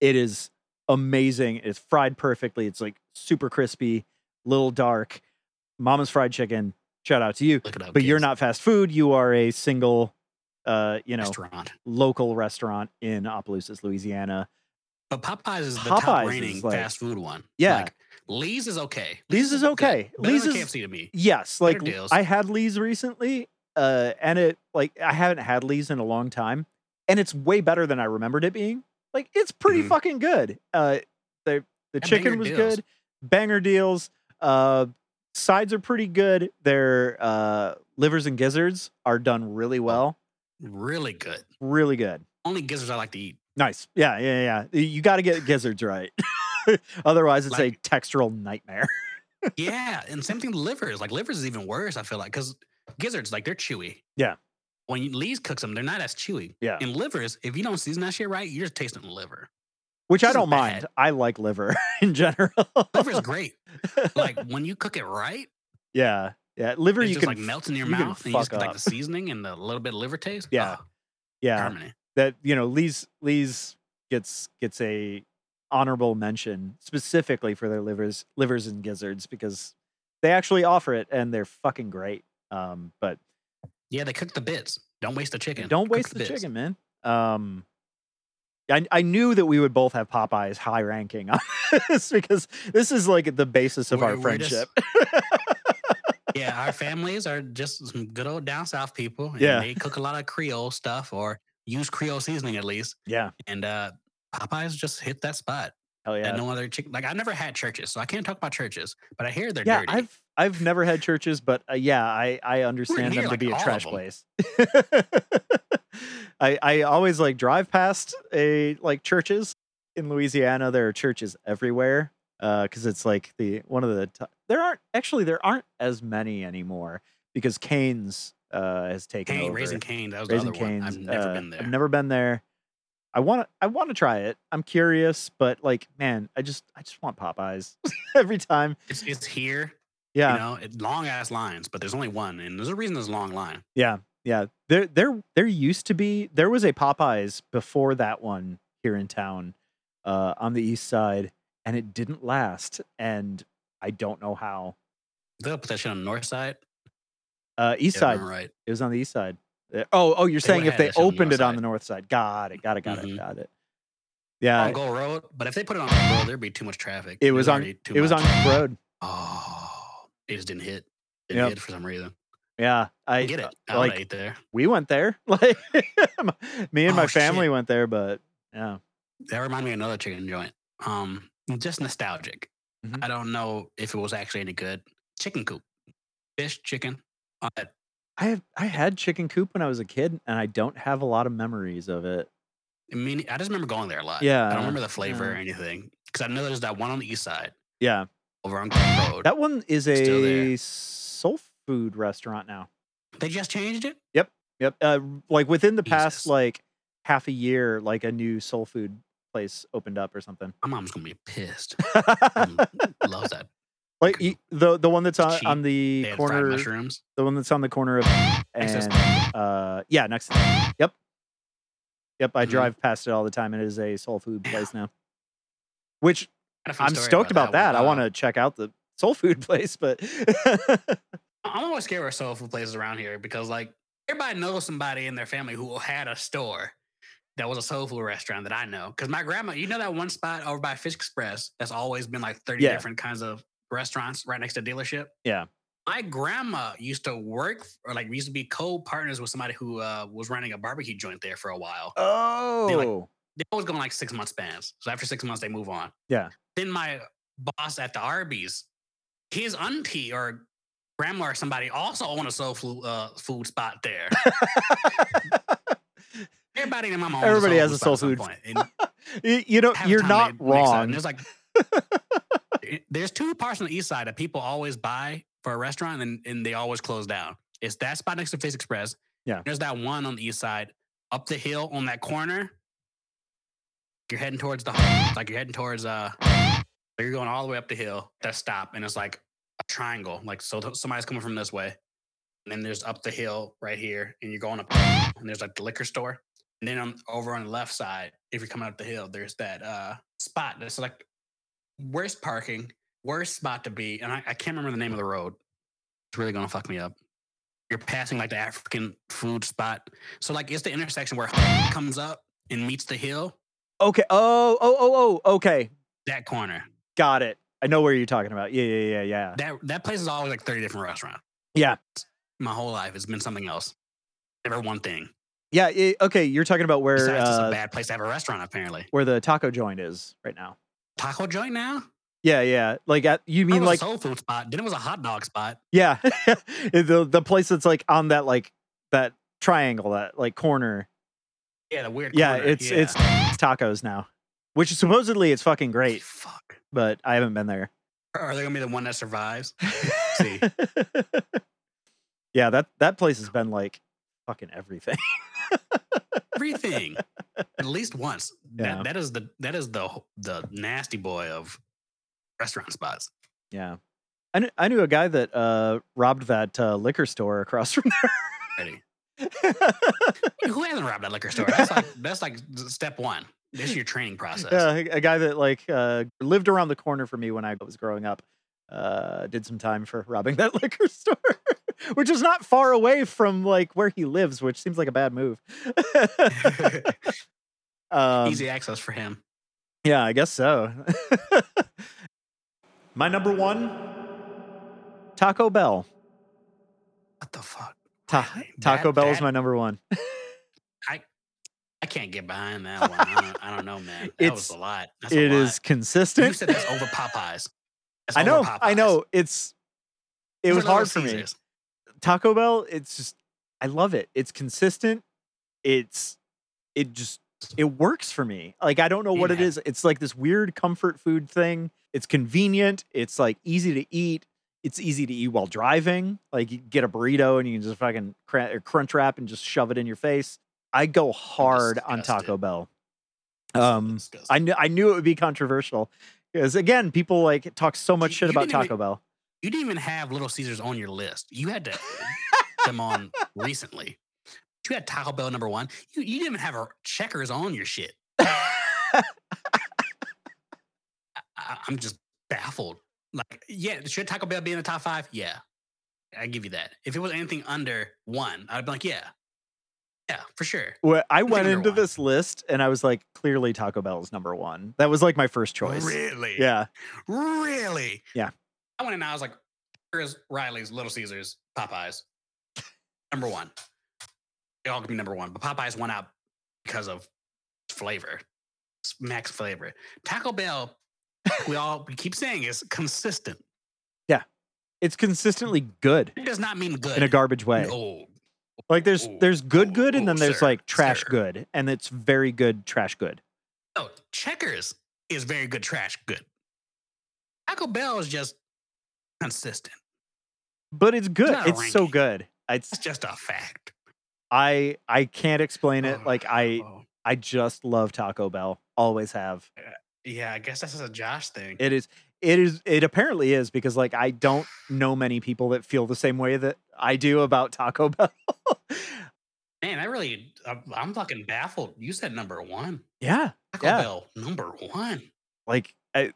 It is amazing. It's fried perfectly. It's like super crispy, little dark. Mama's fried chicken. Shout out to you. Look it up. But you're kids. not fast food. You are a single uh, you know, restaurant. local restaurant in Opelousas, Louisiana. But Popeyes is the Popeyes top reigning is like- fast food one. Yeah. Like, Lee's is okay. Lee's is good. okay. Better Lee's than is KFC to me. Yes, like Better deals. I had Lee's recently, uh, and it like I haven't had Lee's in a long time, and it's way better than I remembered it being. Like it's pretty Mhm. fucking good. Uh, the the And chicken banger was deals. good, banger deals. Uh, sides are pretty good. Their uh, livers and gizzards are done Oh. really well, Really good. really good. Only gizzards I like to eat. Nice. Yeah, yeah, yeah. You got to get gizzards right, *laughs* otherwise it's Like- a textural nightmare. *laughs* Yeah, and same thing with livers. Like livers is even worse. I feel like because gizzards, like they're chewy. Yeah. When you, Lee's cooks them, they're not as chewy. Yeah. And livers, if you don't season that shit right, you're just tasting liver. Which I Isn't don't mind. bad. I like liver *laughs* in general. Liver's great. *laughs* Like when you cook it right, Yeah, yeah. Liver it you just can like f- melts in your you can mouth, and you just fuck get like up. the seasoning and the little bit of liver taste. Yeah. Oh, yeah. harmony. That you know, Lee's Lee's gets gets a honorable mention specifically for their livers livers and gizzards because they actually offer it and they're fucking great. Um, but Yeah, they cook the bits. Don't waste the chicken. don't Cook waste the bits. chicken, man. Um, I I knew that we would both have Popeyes high ranking on *laughs* this because this is like the basis of our We're- we're just- friendship. *laughs* yeah, our families are just some good old down south people. And Yeah. They cook a lot of Creole stuff or use Creole seasoning at least. yeah, And uh Popeyes just hit that spot. hell yeah. And no other chicken. Like I never had churches, so I can't talk about churches, but I hear they're yeah, dirty. I've I've never had churches, but uh, yeah, I I understand near, them to like, be a all of trash them. place. *laughs* I I always like drive past a like churches in Louisiana. There are churches everywhere because it's like the one of the t- there aren't actually there aren't as many anymore because Canes uh, has taken Cane, over. Raising Cane, that was Raising the other Cane's. one. I've never uh, been there. I've never been there. I want to. I want to try it. I'm curious, but like, man, I just I just want Popeyes *laughs* every time. It's, it's here, Yeah. you know, it, long ass lines, but there's only one, and there's a reason there's a long line. Yeah, yeah. There, there, there used to be. There was a Popeyes before that one here in town, uh, on the east side, and it didn't last. And I don't know how. They'll put that shit on the north side. Uh, east Yeah, side. remember right. It was on the east side. Uh, Oh, oh, you're They saying would've if had they that shit on the opened north it on side. the north side? Got it. Got it. Got it. Mhm. Got it. on Yeah, Gold Road, but if they put it on Gold Road, there'd be too much traffic. it was on. already It too was on much. Creek Road. Oh, it just didn't hit. Didn't Yep. hit for some reason. Yeah, I I get it. I like- like, ate there. We went there. *laughs* Like me and my Oh, family shit. went there, but yeah, That reminded me of another chicken joint. Um, just nostalgic. Mhm. I don't know if it was actually any good. Chicken coop, fish, chicken. Uh, I have. I had chicken coop when I was a kid, and I don't have a lot of memories of it. I mean, I just remember going there a lot. Yeah. I don't remember the flavor or Yeah. anything because I know there's that one on the east side Yeah. over on Glen Road. That one is Still a there. soul food restaurant now. They just changed it. Yep. Uh, like within the past Jesus. like half a year, like a new soul food place opened up or something. My mom's gonna be pissed. Um, like *laughs* loves that. y- the the one that's It's on, cheap. on the They had fried corner, mushrooms. the one that's on the corner of *sniffs* Next to- and uh, yeah, next. to- Yep. Yep. I Mhm. drive past it all the time, and it is a soul food place now. Which Had a funny I'm story stoked about that. I one. want to check out the soul food *laughs* place, but Uh, I'm always scared of soul food places around here because like everybody knows somebody in their family who had a store that was a soul food restaurant that I know. Because my grandma, you know that one spot over by Fish Express that's always been like 30 Yeah. different kinds of restaurants right next to dealership. Yeah. My grandma used to work or like we used to be co-partners with somebody who uh, was running a barbecue joint there for a while. oh, They always go on like six month spans. So after six months, they move on. Yeah. Then my boss at the Arby's, his auntie or grandma or somebody also owned a soul food, uh, food spot *laughs* there. Everybody in my mom. Everybody has a soul spot *laughs* at some point, Y- you know, and half the you're time not they mix up, and wrong. There's *laughs* like, it- there's two parts on the east side that people always buy for a restaurant and, and they always close down. It's that spot next to Face Express. Yeah. There's that one on the east side up the hill on that corner. You're heading towards the it's like you're heading towards uh you're going all the way up the hill. That stop and it's like a triangle. Like so th- somebody's coming from this way. And then there's up the hill right here and you're going up and there's like the liquor store. And then on over on the left side, if you're coming up the hill, there's that uh spot that's like worst parking, worst spot to be, and I, I can't remember the name of the road. It's really gonna fuck me up. You're passing like the African food spot, so like it's the intersection where comes up and meets the hill. Okay. Oh, oh, oh, oh. Okay. That corner, Got it. I know where you're talking about. Yeah, yeah, yeah, yeah. that that place is always like thirty different restaurants. Yeah. my whole life it's been something else, never one thing. Yeah. i- okay. You're talking about where Besides, it's a uh, bad place to have a restaurant. Apparently, where the taco joint is right now. taco joint now. Yeah, yeah. Like at, you I mean like a soul food spot. Then it was a hot dog spot. yeah, *laughs* the the place that's like on that like that triangle that like corner. Yeah, the weird. Yeah, corner. it's it's tacos now, which supposedly it's fucking great, Fuck. but I haven't been there. *laughs* Are they gonna be the one that survives? See. yeah, that that place has been like fucking everything. *laughs* everything at least once. Yeah. That, that is the that is the wh- the nasty boy of restaurant spots. Yeah. I knew, I knew a guy that uh, robbed that uh, liquor store across *laughs* from Ready? there. Who hasn't robbed that liquor store? That's *laughs* like that's like s- step one. This is your training process. yeah, a a guy that like uh, lived around the corner from me when I was growing up. Uh, did some time for robbing that *laughs* liquor store, which is not far away from like where he lives, which seems like a bad move. *laughs* *laughs* um, Easy access for him. Yeah, I guess so. *laughs* My number one, Taco Bell. What the fuck? Ta- Really? Taco That- Bell is that- my number one. I can't get behind that one. I don't, I don't know, man. That It's- was a lot. That's It a lot. is You consistent. said *laughs* that's over Popeyes. That's I over know. I Popeyes. know. It's it Even was Little hard for me. Caesars. Taco Bell. It's just I love it. It's consistent. It's it just it works for me. Like I don't know what it Yeah. is. It's like this weird comfort food thing. It's convenient. It's like easy to eat. It's easy to eat while driving. Like you get a burrito and you can just fucking cra- or crunch wrap and just shove it in your face. I go hard on Taco disgusted. Bell. Um, Disgusting. I knew I knew it would be controversial because again, people like talk so much You- shit you about didn't Taco even- Bell. you didn't even have Little Caesars on your list. You had to them on recently. You had Taco Bell number one. You, you didn't even have a checkers on your shit. I, I'm just baffled. Like, yeah, should Taco Bell be in the top five? Yeah, I give you that. If it was anything under one, I'd be like, yeah, yeah, for sure. Well, I went number into one. this list and I was like, clearly Taco Bell is number one. That was like my first choice. Really? Yeah, Really? Yeah. I went in and I was like, here's Riley's, Little Caesars, Popeyes. Number one. They all could be number one, but Popeyes went out because of flavor, s- max flavor. Taco Bell, we all we keep saying is consistent. it's consistently good It does not mean good. in a garbage way. Oh, Like there's Ooh, there's good ooh, good and ooh, then there's sir, like trash sir. good and it's very good trash good. No, Checkers is very good trash. Good. Taco Bell is just consistent. But it's good. not a It's so ranking. good. It's It's just a fact. I I can't explain it. Oh, Like I oh. I just love Taco Bell. Always have. yeah, I guess that's a Josh thing. It is it is it apparently is because like I don't know many people that feel the same way that I do about Taco *laughs* Bell. Man, I really, I'm, I'm fucking baffled. You said number one. yeah. Taco Yeah. Bell, number one. Like I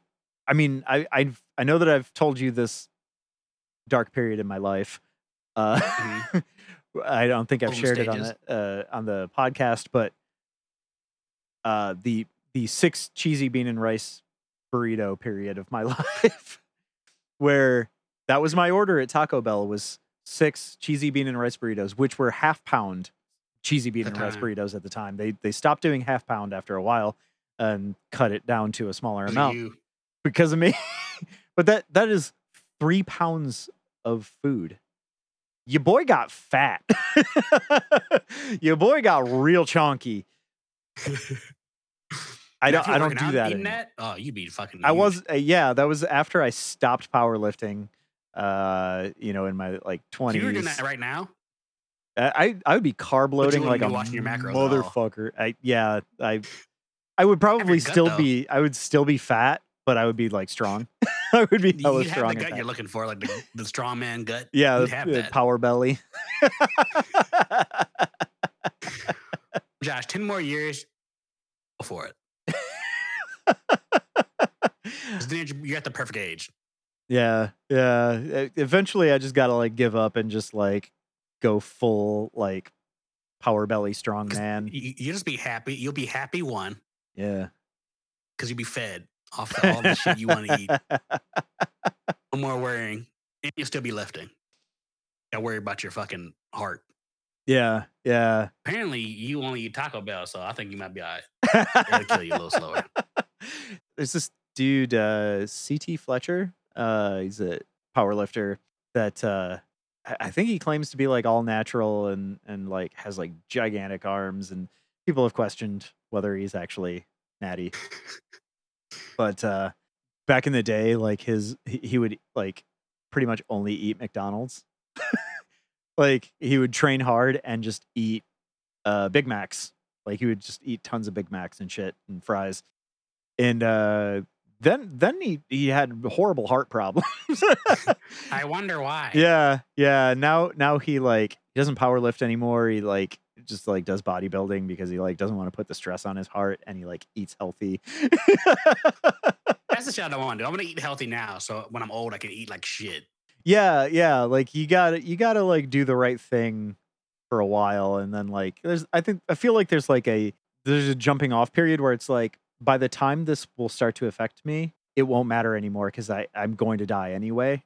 I mean I I I know that I've told you this dark period in my life. Uh Mhm. *laughs* I don't think I've Golden shared stages. it on the uh, on the podcast, but uh the the six cheesy bean and rice burrito period of my *laughs* life where that was my order at Taco Bell was six cheesy bean and rice burritos, which were half pound cheesy bean The and rice time. burritos at the time. They they stopped doing half pound after a while and cut it down to a smaller So amount you- because of me. *laughs* but that that is three pounds of food. Your boy got fat. *laughs* Your boy got *laughs* real chonky. Now, I don't. if you're I don't working do out that. eating anymore. that. Oh, you'd be fucking. I huge. was. Uh, yeah, that was after I stopped powerlifting. Uh, you know, in my like If twenties. you were doing that right now. I I would be carb loading wouldn't like be a watching your macros at all. motherfucker. I yeah. I I would probably your gut, still though. be. I would still be fat, but I would be like strong. *laughs* I would be You hella have strong. the and gut fat. you're looking for, like the, the strong man gut. Yeah, You'd the- have the that. power belly. *laughs* Josh, 10 more years go for *sighs* it. 'Cause Then you're- you're at the perfect age. yeah, yeah. E- Eventually, I just gotta like give up and just like go full like power belly strong 'Cause man. You, you- you'll just be happy. You'll be happy, one, Yeah. because you'll be fed off the, all the shit you want *laughs* to eat. No more worrying. And you'll still be lifting. Gotta worry about your fucking heart. yeah, yeah. Apparently, you only eat Taco Bell, so I think you might be all right. *laughs* It'll kill you a little slower. *laughs* There's this dude, uh, CT Fletcher. Uh, he's a power lifter that uh, I I think he claims to be like all natural and and like has like gigantic arms. And people have questioned whether he's actually *laughs* natty. but uh, back in the day, like his he, he would like pretty much only eat McDonald's. *laughs* like he would train hard and just eat uh, Big Macs. Like he would just eat tons of Big Macs and shit and fries. And uh, then then he he had horrible heart problems. *laughs* I wonder why. yeah, yeah. Now now he like he doesn't power lift anymore. He like just like does bodybuilding because he like doesn't want to put the stress on his heart and he like eats healthy. That's the shit I don't want to do. I'm going to eat healthy now. So when I'm old, I can eat like shit. yeah, yeah. Like you got to you got to like do the right thing for a while and then like there's I think I feel like there's like a there's a jumping off period where it's like by the time this will start to affect me it won't matter anymore because I I'm going to die anyway.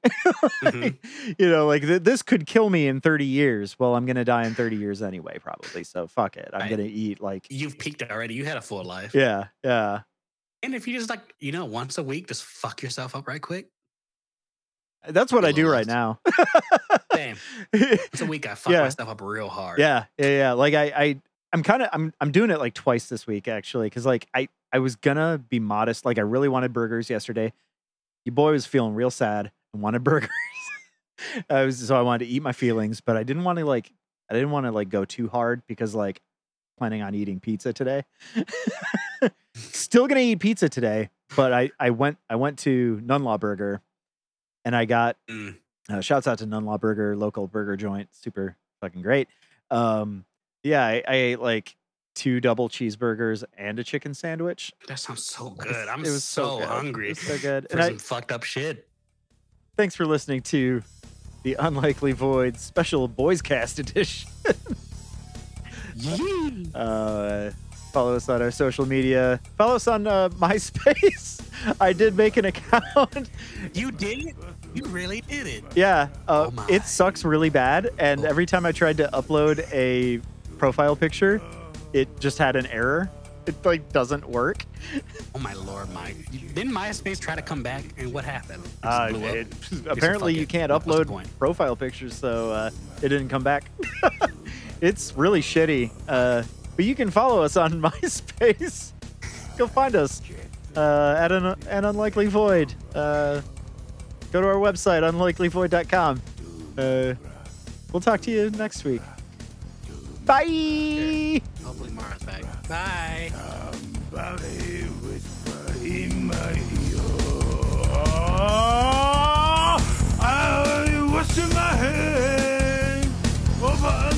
Mhm. *laughs* you know, like th- this could kill me in 30 years. Well, I'm gonna die in 30 years anyway, probably. So fuck it. I'm Right. gonna eat like You've peaked already. You had a full life. yeah, yeah. And if you just like, you know, once a week, just fuck yourself up right quick. That's what Get I a do little right now. Damn. Once a week, I fuck Yeah. myself up real hard. Yeah, yeah, yeah. Like I, I, I'm kind of, I'm, I'm doing it like twice this week actually, because like I, I was gonna be modest. Like I really wanted burgers yesterday. Your boy was feeling real sad and wanted *laughs* burgers. I was so I wanted to eat my feelings, but I didn't want to like, I didn't want to like go too hard because like planning on eating pizza today. *laughs* Still gonna eat pizza today, but I, I went, I went to Nunlaw Burger, and I got Mm. uh, shouts out to Nunlaw Burger, local burger joint, super fucking great. Um, yeah, I, I ate like two double cheeseburgers and a chicken sandwich. That sounds so It was- good. I'm it was so, good. It hungry. was so good. *laughs* For And I, some fucked up shit. thanks for listening to the Unlikely Void Special Boys Cast *laughs* Edition. Yee. Uh, follow us on our social media. Follow us on uh, *laughs* MySpace. I did make an *laughs* account. You did it. You really did it. Yeah, uh, Oh my. it sucks really bad. And Oh. every time I tried to upload a profile picture, it just had an error. It like doesn't work. Oh my lord, Mike. Didn't MySpace try to come back and what happened? *laughs* It just Uh, blew up? it- Guess apparently, fuck you it. can't What's the upload point? profile pictures, so uh, it didn't come back. *laughs* It's really shitty. Uh, but you can follow us on *laughs* MySpace. go find us uh, at an, an unlikely void. Uh, go to our website, unlikelyvoid.com. Uh, we'll talk to you next week. Bye. Hopefully Mara's back. Bye. Bally whisper in my ear. I was in my head over a